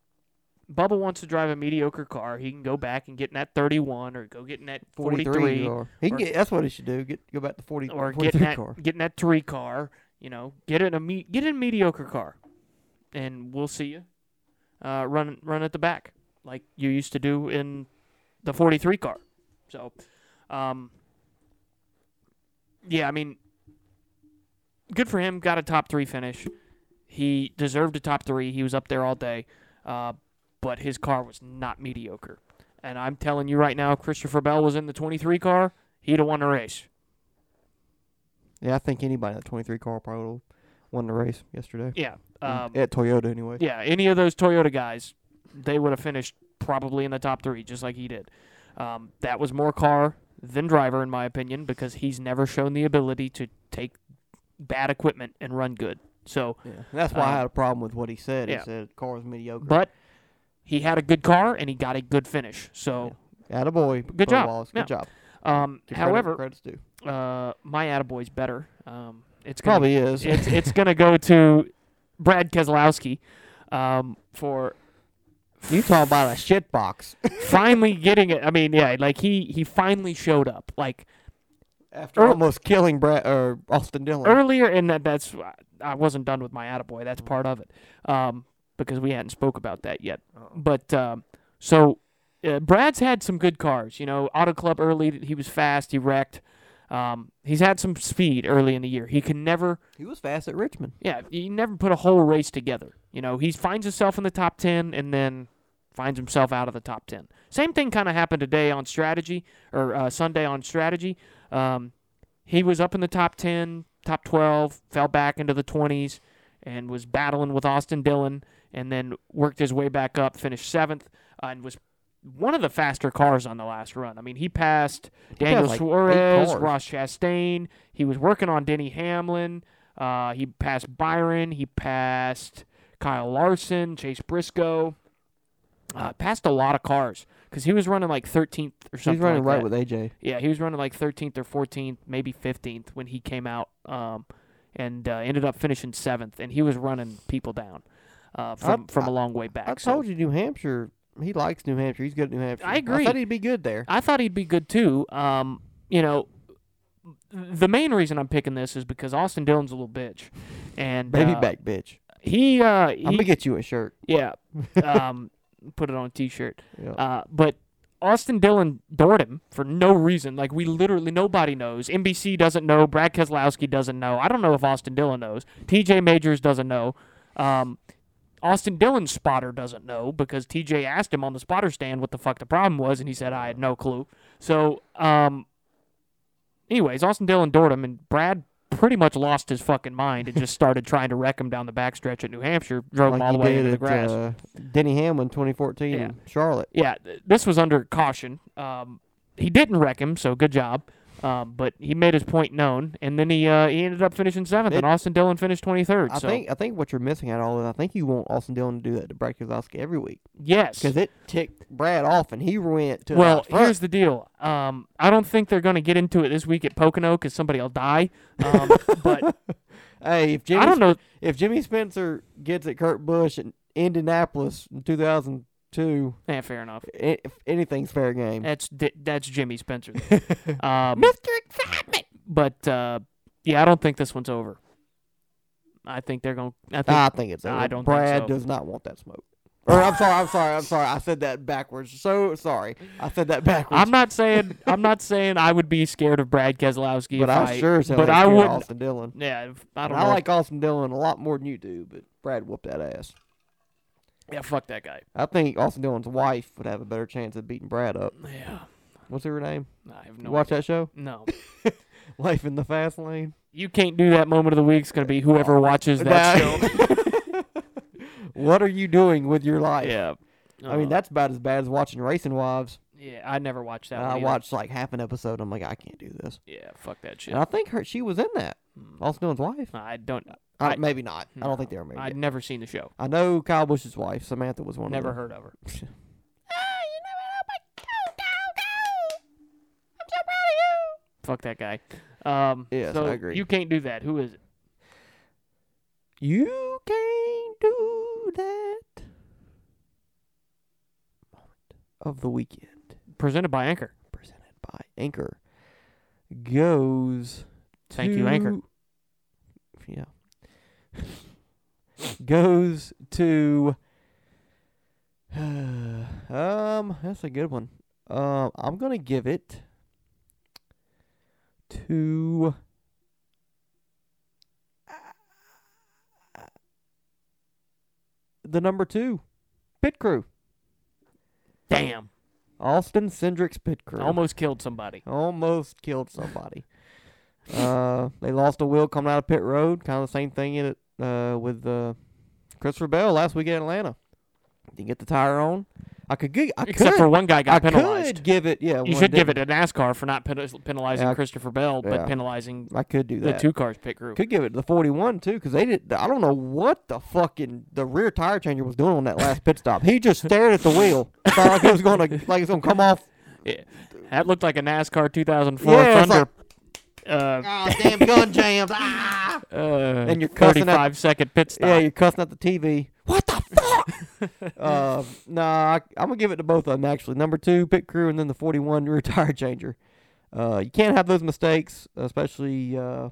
B: Bubba wants to drive a mediocre car, he can go back and get in that 31 or go get in that 43,
A: 43 or, he can
B: or-
A: get, that's what he should do get go back to 40
B: or get
A: 43
B: in that
A: car
B: get in that 3 car, you know, get in a me- get in a mediocre car. And we'll see you uh, run run at the back like you used to do in the 43 car. So um yeah, I mean good for him, got a top 3 finish. He deserved a top 3. He was up there all day. Uh, but his car was not mediocre. And I'm telling you right now, if Christopher Bell was in the 23 car, he'd have won the race.
A: yeah i think anybody in that 23 car probably would've won the race yesterday Mm,
B: Yeah. Um,
A: at toyota anyway
B: yeah, any of those Toyota guys, they would have finished probably in the top three, just like he did. Um, that was more car than driver, in my opinion, because he's never shown the ability to take bad equipment and run good. So,
A: yeah. And that's why i
B: Um,
A: had a problem with what he said
B: yeah.
A: he said car was mediocre
B: but he had a good car and he got a good finish. So,
A: attaboy
B: Good
A: Bubba
B: job.
A: Wallace,
B: Yeah.
A: good job
B: um,
A: Give credit-
B: however,
A: credit's due
B: uh, my attaboy's better. Um, it's gonna
A: probably is
B: it's it's gonna go to Brad Keselowski um, for
A: you talking about a shit box
B: finally getting it. I mean, yeah, like he he finally showed up. Like
A: after
B: Earl-
A: almost killing brett or austin dillon
B: earlier, and that that's I wasn't done with my attaboy. That's part of it, um, because we hadn't spoke about that yet. But um, so uh, Brad's had some good cars. You know, Auto Club early, he was fast. He wrecked. Um, he's had some speed early in the year. He can never
A: he was fast at richmond
B: Yeah, he never put a whole race together. You know, he finds himself in the top 10 and then finds himself out of the top 10. Same thing kind of happened today on strategy, or uh, Sunday on strategy. Um, he was up in the top 10, top 12, fell back into the 20s, and was battling with Austin Dillon, and then worked his way back up, finished seventh, uh, and was one of the faster cars on the last run. I mean, he passed Daniel
A: passed, like, eight
B: Suarez,
A: cars.
B: Ross Chastain. He was working on Denny Hamlin. Uh, he passed Byron. He passed Kyle Larson, Chase Briscoe. Uh, passed a lot of cars because he was running like 13th or something.
A: he's running
B: like
A: right
B: that.
A: with aj
B: Yeah, he was running like 13th or 14th, maybe 15th when he came out, um, and uh, ended up finishing seventh. And he was running people down uh, from from a
A: I-
B: long way back.
A: i
B: so
A: told you new hampshire he likes new hampshire he's good at new hampshire
B: I agree.
A: i thought he'd be good there
B: I thought he'd be good too. Um, you know, the main reason I'm picking this is because Austin Dillon's a little bitch, and
A: baby
B: uh,
A: back bitch
B: He uh he,
A: I'm gonna get you a shirt.
B: yeah. um put it on a t shirt.
A: Yeah.
B: Uh, but Austin Dillon bored him for no reason. Like we literally nobody knows. NBC doesn't know. Brad Keselowski doesn't know. I don't know if Austin Dillon knows. TJ Majors doesn't know. Um, Austin Dillon's spotter doesn't know because TJ asked him on the spotter stand what the fuck the problem was, and he said I had no clue. So, um, anyways, Austin Dillon adored him, and Brad pretty much lost his fucking mind and just started trying to wreck him down the backstretch at New Hampshire, drove him all the way into the grass.
A: uh, Denny Hamlin 2014
B: Yeah.
A: in Charlotte.
B: Yeah, th- this was under caution. Um, he didn't wreck him, so good job. Um, but he made his point known, and then he uh, he ended up finishing seventh, and
A: It-
B: Austin Dillon finished twenty third.
A: I
B: So
A: think I think what you're missing out all is I think you want Austin Dillon to do that to Brad Keselowski every week
B: yes.
A: because it ticked Brad off and he went to
B: Well,
A: the front.
B: here's the deal. Um, I don't think they're going to get into it this week at Pocono because somebody'll die. Um, but
A: hey if Jimmy
B: I don't know.
A: if Jimmy Spencer gets at Kurt Busch in Indianapolis in 2002
B: Eh, fair enough.
A: i- if anything's fair game
B: That's di- that's Jimmy Spencer. there. um,
A: excitement
B: but uh, yeah, I don't think this one's over. I think they're going. I think
A: I think it's over.
B: I don't think
A: Brad
B: so.
A: does not want that smoke or I'm sorry I'm sorry I'm sorry I said that backwards so sorry I said that backwards
B: I'm not saying I'm not saying I would be scared of Brad Keselowski.
A: but
B: if
A: I'm
B: I,
A: sure as hell
B: but
A: ain't
B: I
A: scared of
B: wouldn't-
A: Austin Dillon
B: Yeah, if- I
A: And
B: don't
A: I
B: know.
A: like Austin Dillon a lot more than you do but Brad whooped that ass
B: yeah, fuck that guy.
A: I think Austin Dillon's wife would have a better chance of beating Brad up
B: Yeah,
A: what's her name
B: I have
A: you
B: no.
A: watch that show
B: idea. No,
A: Life in the Fast Lane
B: you can't do that. Moment of the week's gonna be whoever watches that
A: Nah.
B: show.
A: what are you doing with your life?
B: Yeah,
A: I mean,
B: Uh,
A: that's about as bad as watching Racing Wives.
B: Yeah, I never watched that.
A: And
B: one
A: I
B: either.
A: watched like half an episode. I'm like, I can't do this.
B: Yeah, fuck that shit.
A: And I think her, she was in that.
B: Mm.
A: Austin Dillon's wife.
B: I don't.
A: Uh,
B: I-
A: maybe not. I
B: no.
A: don't think they were married.
B: I'd
A: yet.
B: never seen the show.
A: I, know Kyle Bush's wife, Samantha, was one
B: Never
A: of them. Ah,
B: heard of her. Fuck that guy. Um,
A: Yes,
B: so
A: I agree.
B: You can't do that. Who is it?
A: You can't do that. Moment of the weekend,
B: Presented by Anchor.
A: presented by Anchor, goes.
B: Thank you, Anchor.
A: to- Yeah. goes to. um, that's a good one. Um, I'm gonna give it to. The number two, pit crew,
B: Damn,
A: Austin Cindric's pit crew.
B: almost killed somebody.
A: Almost killed somebody. uh, they lost a wheel coming out of pit road. Kind of the same thing in it uh, with uh, Christopher Bell last week at Atlanta. Didn't get the tire on. I could gi- I
B: Except
A: could
B: for one guy
A: I
B: got penalized.
A: could give it yeah.
B: You
A: one
B: should give
A: didn't.
B: it to NASCAR for not pen- penalizing
A: Yeah.
B: Christopher Bell, but
A: Yeah.
B: penalizing
A: I could do
B: the
A: that.
B: two cars pit crew.
A: Could give it to the 41 too because they did. I don't know what the fucking the rear tire changer was doing on that last pit stop. He just stared at the wheel, thought like it was gonna like it's gonna come off.
B: Yeah. That looked like a NASCAR 2004
A: Yeah, it's
B: Thunder. uh,
A: Ah, damn gun jams! Ah.
B: uh,
A: And you're cussing at-
B: 35 second pit stop.
A: Yeah, you're cussing at the TV. What the fuck? uh, nah, I, I'm gonna give it to both of them actually. Number two, pit crew, and then the 41 rear tire changer. Uh, you can't have those mistakes, especially. Uh,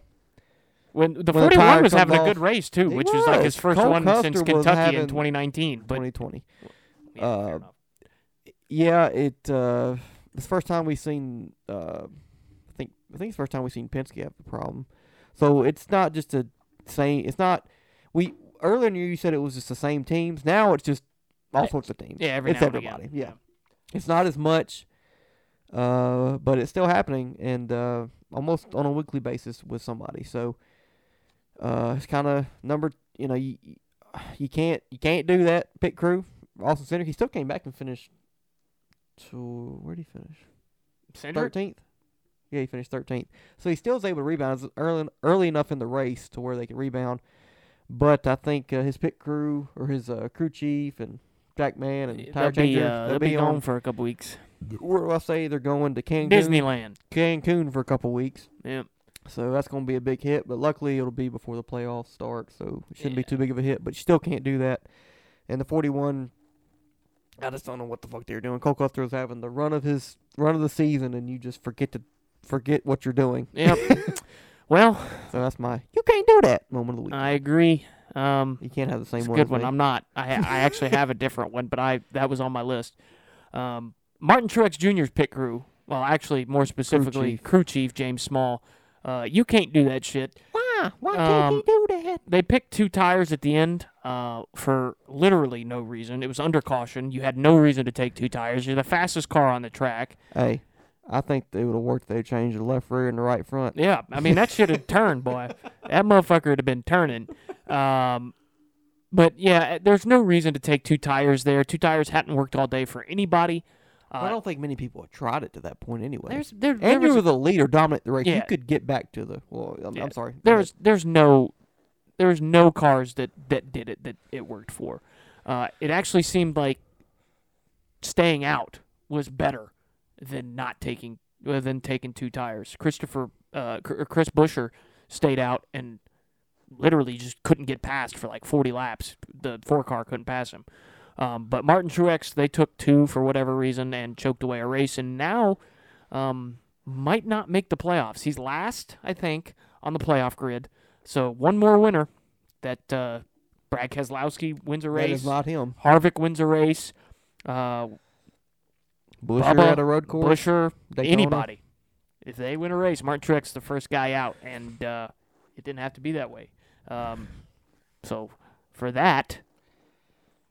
B: when the
A: when the
B: 41
A: tire
B: was having a
A: comes
B: good
A: off-
B: race too,
A: He
B: which was like
A: was.
B: his first
A: Cole
B: one since
A: Custer was
B: Kentucky in
A: having
B: 2019. But
A: 2020.
B: yeah, fair
A: uh,
B: enough.
A: Yeah, it. Uh, it's the first time we've seen. Uh, I think I think it's the first time we've seen Penske have the problem. So it's not just a same. It's not. We earlier in the year you said it was just the same teams. Now it's just all sorts of teams.
B: yeah, every
A: it's
B: now and again.
A: everybody. Yeah. It's not as much, uh, but it's still happening and uh, almost on a weekly basis with somebody. So uh, it's kind of number. You know, you you- you can't you can't do that. Pit crew, Austin Center. He still came back and finished. To where did he finish?
B: Cindric?
A: Thirteenth. Yeah, he finished thirteenth. So he still is able to rebound It's early early enough in the race to where they can rebound. But I think uh, his pit crew or his uh, crew chief and Jack Man and
B: Yeah,
A: tire
B: They'll be,
A: changer
B: uh, they'll be gone for a couple weeks.
A: where do I say they're going to Cancun,
B: Disneyland.
A: Cancun for a couple weeks.
B: Yeah.
A: So that's going to be a big hit, but luckily it'll be before the playoffs start, so it shouldn't
B: Yeah.
A: be too big of a hit. But you still can't do that. And the 41, I just don't know what the fuck they're doing. Cole Custer is having the run of his run of the season, and you just forget to forget what you're doing.
B: Yep. well,
A: So that's my you can't do that moment of the week.
B: I agree. Um,
A: You can't have the same
B: Uh, it's a
A: one.
B: good
A: as
B: one.
A: me.
B: I'm not. I I actually have a different one, but I that was on my list. Um, Martin Truex Jr.'s pit crew. Well, actually, more specifically,
A: chief.
B: crew chief, James Small. Uh, you can't do that shit.
A: Why? Why
B: Um,
A: can't he do that?
B: They picked two tires at the end uh, for literally no reason. It was under caution. You had no reason to take two tires. You're the fastest car on the track.
A: Hey, I think it would have worked. if They changed the left rear and the right front.
B: Yeah, I mean that should have turned, boy. That motherfucker would have been turning. Um, but yeah, there's no reason to take two tires there. Two tires hadn't worked all day for anybody.
A: I
B: Uh,
A: don't think many people have tried it to that point anyway.
B: there's there, there
A: and you
B: was,
A: were the leader, dominant the race.
B: Yeah.
A: You could get back to the. Well, I'm,
B: Yeah.
A: I'm sorry.
B: there's there's no there's no cars that that did it that it worked for. Uh, it actually seemed like staying out was better than not taking uh, than taking two tires. Christopher uh, Cr- or Chris Busher stayed out and literally just couldn't get past for like 40 laps. The four car couldn't pass him. Um, but Martin Truex, they took two for whatever reason and choked away a race, and now um, might not make the playoffs. He's last, I think, on the playoff grid. So one more winner that uh, Brad Keselowski wins a
A: that
B: race.
A: is not him.
B: Harvick wins a race. Uh,
A: Busher
B: Bubba,
A: at a road course.
B: Busher,
A: Daytona.
B: anybody. If they win a race, Martin Truex the first guy out, and uh, it didn't have to be that way. Um, so for that,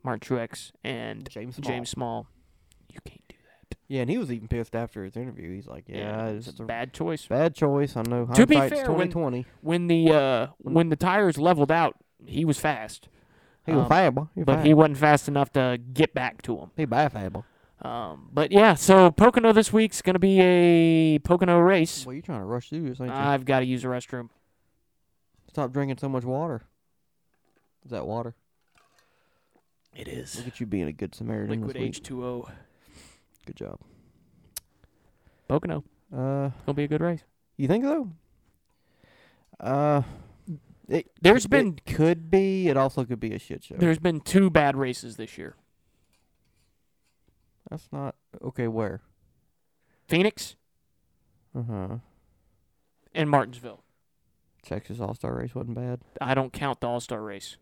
B: Martin Truex and
A: James Small.
B: James Small, you can't do that.
A: Yeah, and he was even pissed after his interview. He's like, "Yeah,
B: it's,
A: it's,
B: a bad choice.
A: bad choice. I know.
B: To be
A: hindsight's
B: fair, when-
A: 2020.
B: When the uh, when the tires leveled out, he was fast,
A: he was
B: um,
A: fab, boy. He was
B: but
A: fab.
B: he wasn't fast enough to get back to him.
A: he bad fab. boy.
B: Um, but yeah, so Pocono this week's gonna be a Pocono race.
A: Well, you're trying to rush through this, ain't you?
B: I've got to use the restroom.
A: Stop drinking so much water. Is that water?
B: It is
A: Look at you being a good Samaritan
B: liquid
A: this week.
B: H two O.
A: Good job.
B: Pocono
A: Uh,
B: gonna be a good race.
A: you think so? Uh, it,
B: There's
A: it
B: been-
A: could be. It also could be a shit show.
B: There's been two bad races this year.
A: That's not okay. Where?
B: Phoenix
A: Uh huh.
B: and Martinsville.
A: Texas All Star Race wasn't bad.
B: I don't count the All Star race.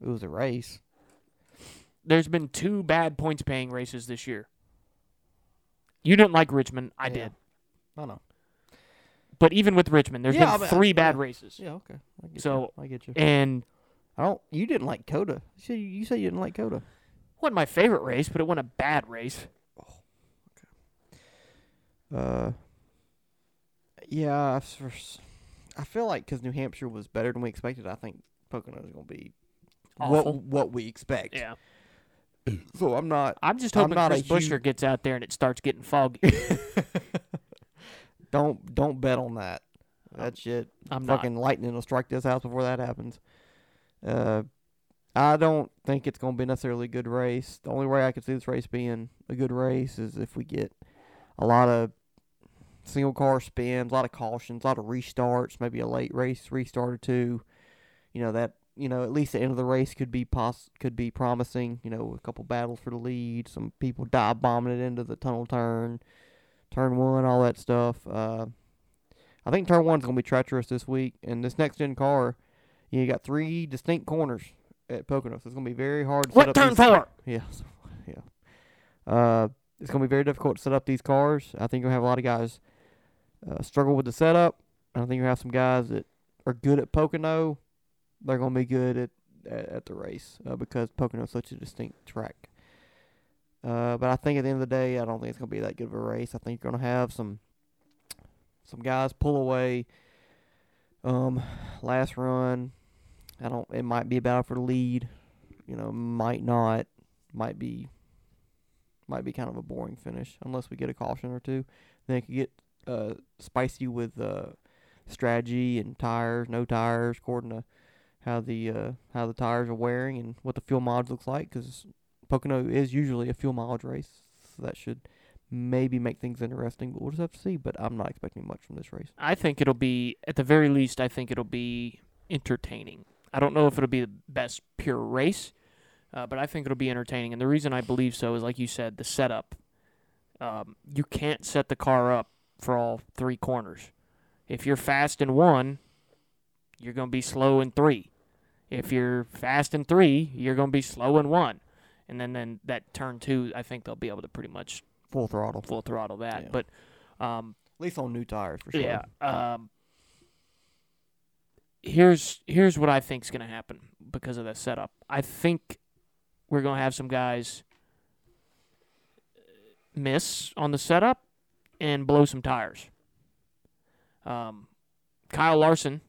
A: It was a race.
B: There's been two bad points paying races this year. You didn't like Richmond, I
A: Yeah.
B: did.
A: I know.
B: But even with Richmond, there's
A: Yeah,
B: been
A: but-
B: three bad
A: yeah.
B: races.
A: Yeah. Okay. I get
B: So-
A: you. I get you.
B: And
A: I don't. You didn't like Coda. You said you said you didn't like Coda.
B: wasn't my favorite race, but it wasn't a bad race.
A: Uh. Yeah. I s- s- I feel like because New Hampshire was better than we expected. I think Pocono's gonna be
B: Awful.
A: what what we expect.
B: Yeah.
A: So I'm not.
B: I'm just
A: I'm
B: hoping
A: not a
B: Chris Busher
A: huge-
B: gets out there and it starts getting foggy.
A: Don't don't bet on that.
B: I'm-
A: That shit.
B: I'm not.
A: fucking lightning will strike this house before that happens. Uh, I don't think it's going to be necessarily a good race. The only way I could see this race being a good race is if we get a lot of single car spins, a lot of cautions, a lot of restarts, maybe a late race restart or two. You know that you know at least the end of the race could be pos- could be promising. You know a couple battles for the lead, some people dive bombing it into the tunnel turn, turn one, all that stuff. Uh, I think turn one's gonna be treacherous this week, and this next gen car, you got three distinct corners at Pocono, so it's gonna be very hard. To set
B: What
A: up
B: turn
A: these-
B: four?
A: yeah, so- yeah. Uh, it's gonna be very difficult to set up these cars. I think you'll have a lot of guys uh, struggle with the setup. I think you'll have some guys that are good at Pocono. They're gonna be good at at, at the race uh, because Pocono's such a distinct track. Uh, but I think at the end of the day, I don't think it's gonna be that good of a race. I think you're gonna have some some guys pull away. Um, last run, I don't. It might be a battle for the lead. You know, might not might be might be kind of a boring finish unless we get a caution or two. Then it could get uh, spicy with uh, strategy and tires, no tires, according to how the uh, how the tires are wearing and what the fuel mileage looks like. Because Pocono is usually a fuel mileage race, so that should maybe make things interesting. But we'll just have to see. But I'm not expecting much from this race.
B: I think it'll be, at the very least, I think it'll be entertaining. I don't know if it'll be the best pure race, uh, but I think it'll be entertaining. And the reason I believe so is, like you said, the setup. Um, you can't set the car up for all three corners. If you're fast in one, you're going to be slow in three. If you're fast in three, you're going to be slow in one. And then, then that turn two, I think they'll be able to pretty much
A: full throttle.
B: full throttle that.
A: Yeah.
B: But um,
A: At least on new tires for sure.
B: yeah. Um, here's here's what I think's going to happen because of that setup. I think we're going to have some guys miss on the setup and blow some tires. Um, Kyle Larson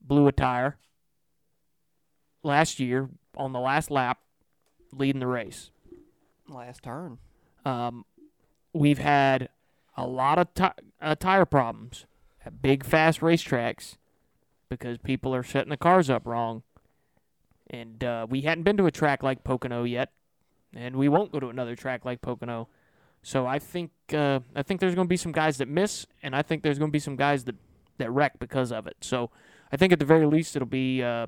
B: blew a tire last year on the last lap, leading the race.
A: Last turn.
B: Um, we've had a lot of ti uh, tire problems at big, fast racetracks because people are setting the cars up wrong. And uh, we hadn't been to a track like Pocono yet, and we won't go to another track like Pocono. So I think uh, I think there's going to be some guys that miss, and I think there's going to be some guys that that wreck because of it. So I think at the very least it'll be. Uh,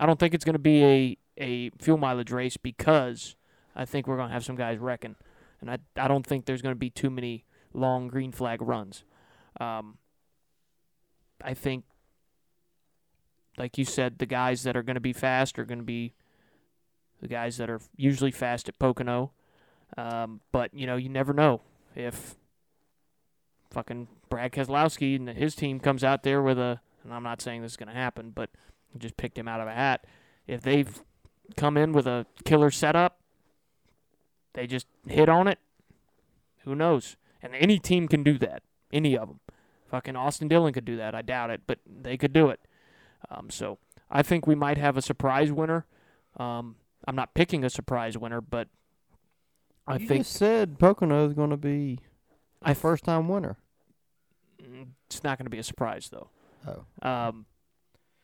B: I don't think it's going to be a a fuel mileage race because I think we're going to have some guys wrecking, and I I don't think there's going to be too many long green flag runs. Um, I think, like you said, the guys that are going to be fast are going to be the guys that are usually fast at Pocono. Um, but you know, you never know if fucking Brad Keselowski and his team comes out there with a. And I'm not saying this is going to happen, but I just picked him out of a hat. If they've come in with a killer setup, they just hit on it. Who knows? And any team can do that. Any of them. Fucking Austin Dillon could do that. I doubt it, but they could do it. Um, so I think we might have a surprise winner. Um, I'm not picking a surprise winner, but I
A: you
B: think
A: just said Pocono is going to be
B: I
A: a
B: first.
A: first time winner.
B: It's not going to be a surprise though.
A: Oh.
B: Um,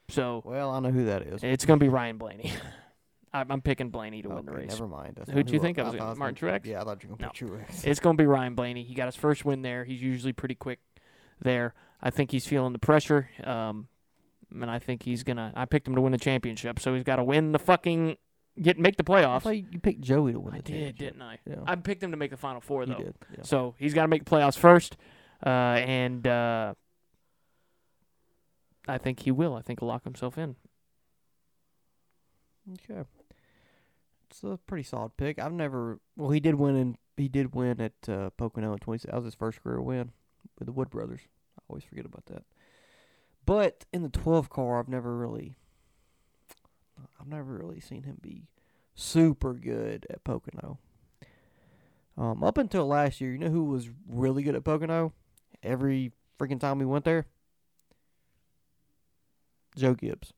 B: so
A: Well, I know who that is. Oh,
B: it's going to be Ryan Blaney. I'm, I'm picking Blaney to win the
A: Okay,
B: race.
A: Never mind. That's
B: Who'd
A: not
B: you
A: who
B: think I was
A: thought
B: gonna- Martin
A: gonna-
B: Truex?
A: Yeah, I thought you were
B: No.
A: going to put Truex.
B: It's going to be Ryan Blaney. He got his first win there. He's usually pretty quick there. I think he's feeling the pressure. Um, and I think he's gonna. I picked him to win the championship, so he's got to win the fucking get make the
A: I
B: playoffs.
A: thought you picked Joey to win
B: I
A: the
B: did,
A: championship.
B: didn't I?
A: Yeah.
B: I picked him to make the final four
A: you
B: though.
A: did. Yeah.
B: So he's got to make the playoffs first, uh, and uh, I think he will. I think he'll lock himself in.
A: Okay. It's a pretty solid pick. I've never. Well, he did win in. He did win at uh, Pocono in 20. That was his first career win with the Wood Brothers. I always forget about that. But in the 12 car, I've never really. I've never really seen him be super good at Pocono. Um, up until last year, you know who was really good at Pocono? Every freaking time we went there, Joe Gibbs.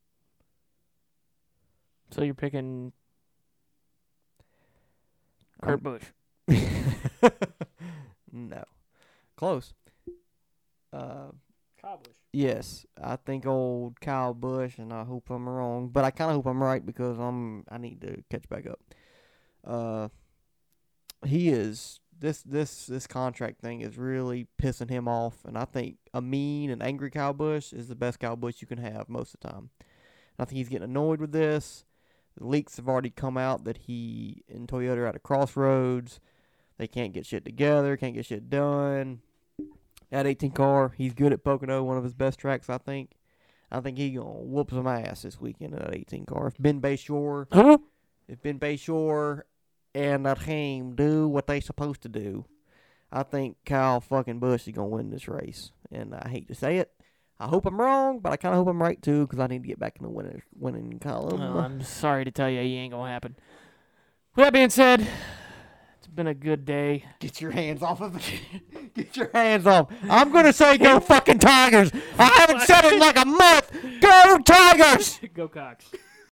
B: So you're picking Kurt
A: I'm-
B: Busch.
A: no. Close. Uh,
B: Kyle Busch.
A: yes, I think old Kyle Bush, and I hope I'm wrong, but I kind of hope I'm right because I'm I need to catch back up. Uh, he is this this this contract thing is really pissing him off, and I think a mean and angry Kyle Bush is the best Kyle Bush you can have most of the time. And I think he's getting annoyed with this. The leaks have already come out that he and Toyota are at a crossroads. They can't get shit together, can't get shit done. At 18 car, he's good at Pocono, one of his best tracks, I think. I think he gonna whoop some ass this weekend at 18 car. If Ben Bayshore
B: Huh?
A: if Ben Bayshore and that team do what they supposed to do, I think Kyle fucking Bush is gonna win this race. And I hate to say it, I hope I'm wrong, but I kind of hope I'm right too because I need to get back in the winning winning column.
B: Well, I'm sorry to tell you, he ain't gonna happen. Oh. With that being said, it's been a good day.
A: Get your hands off of me! Get your hands off! I'm gonna say go fucking Tigers. I haven't said it in like a month. Go Tigers!
B: Go Cox.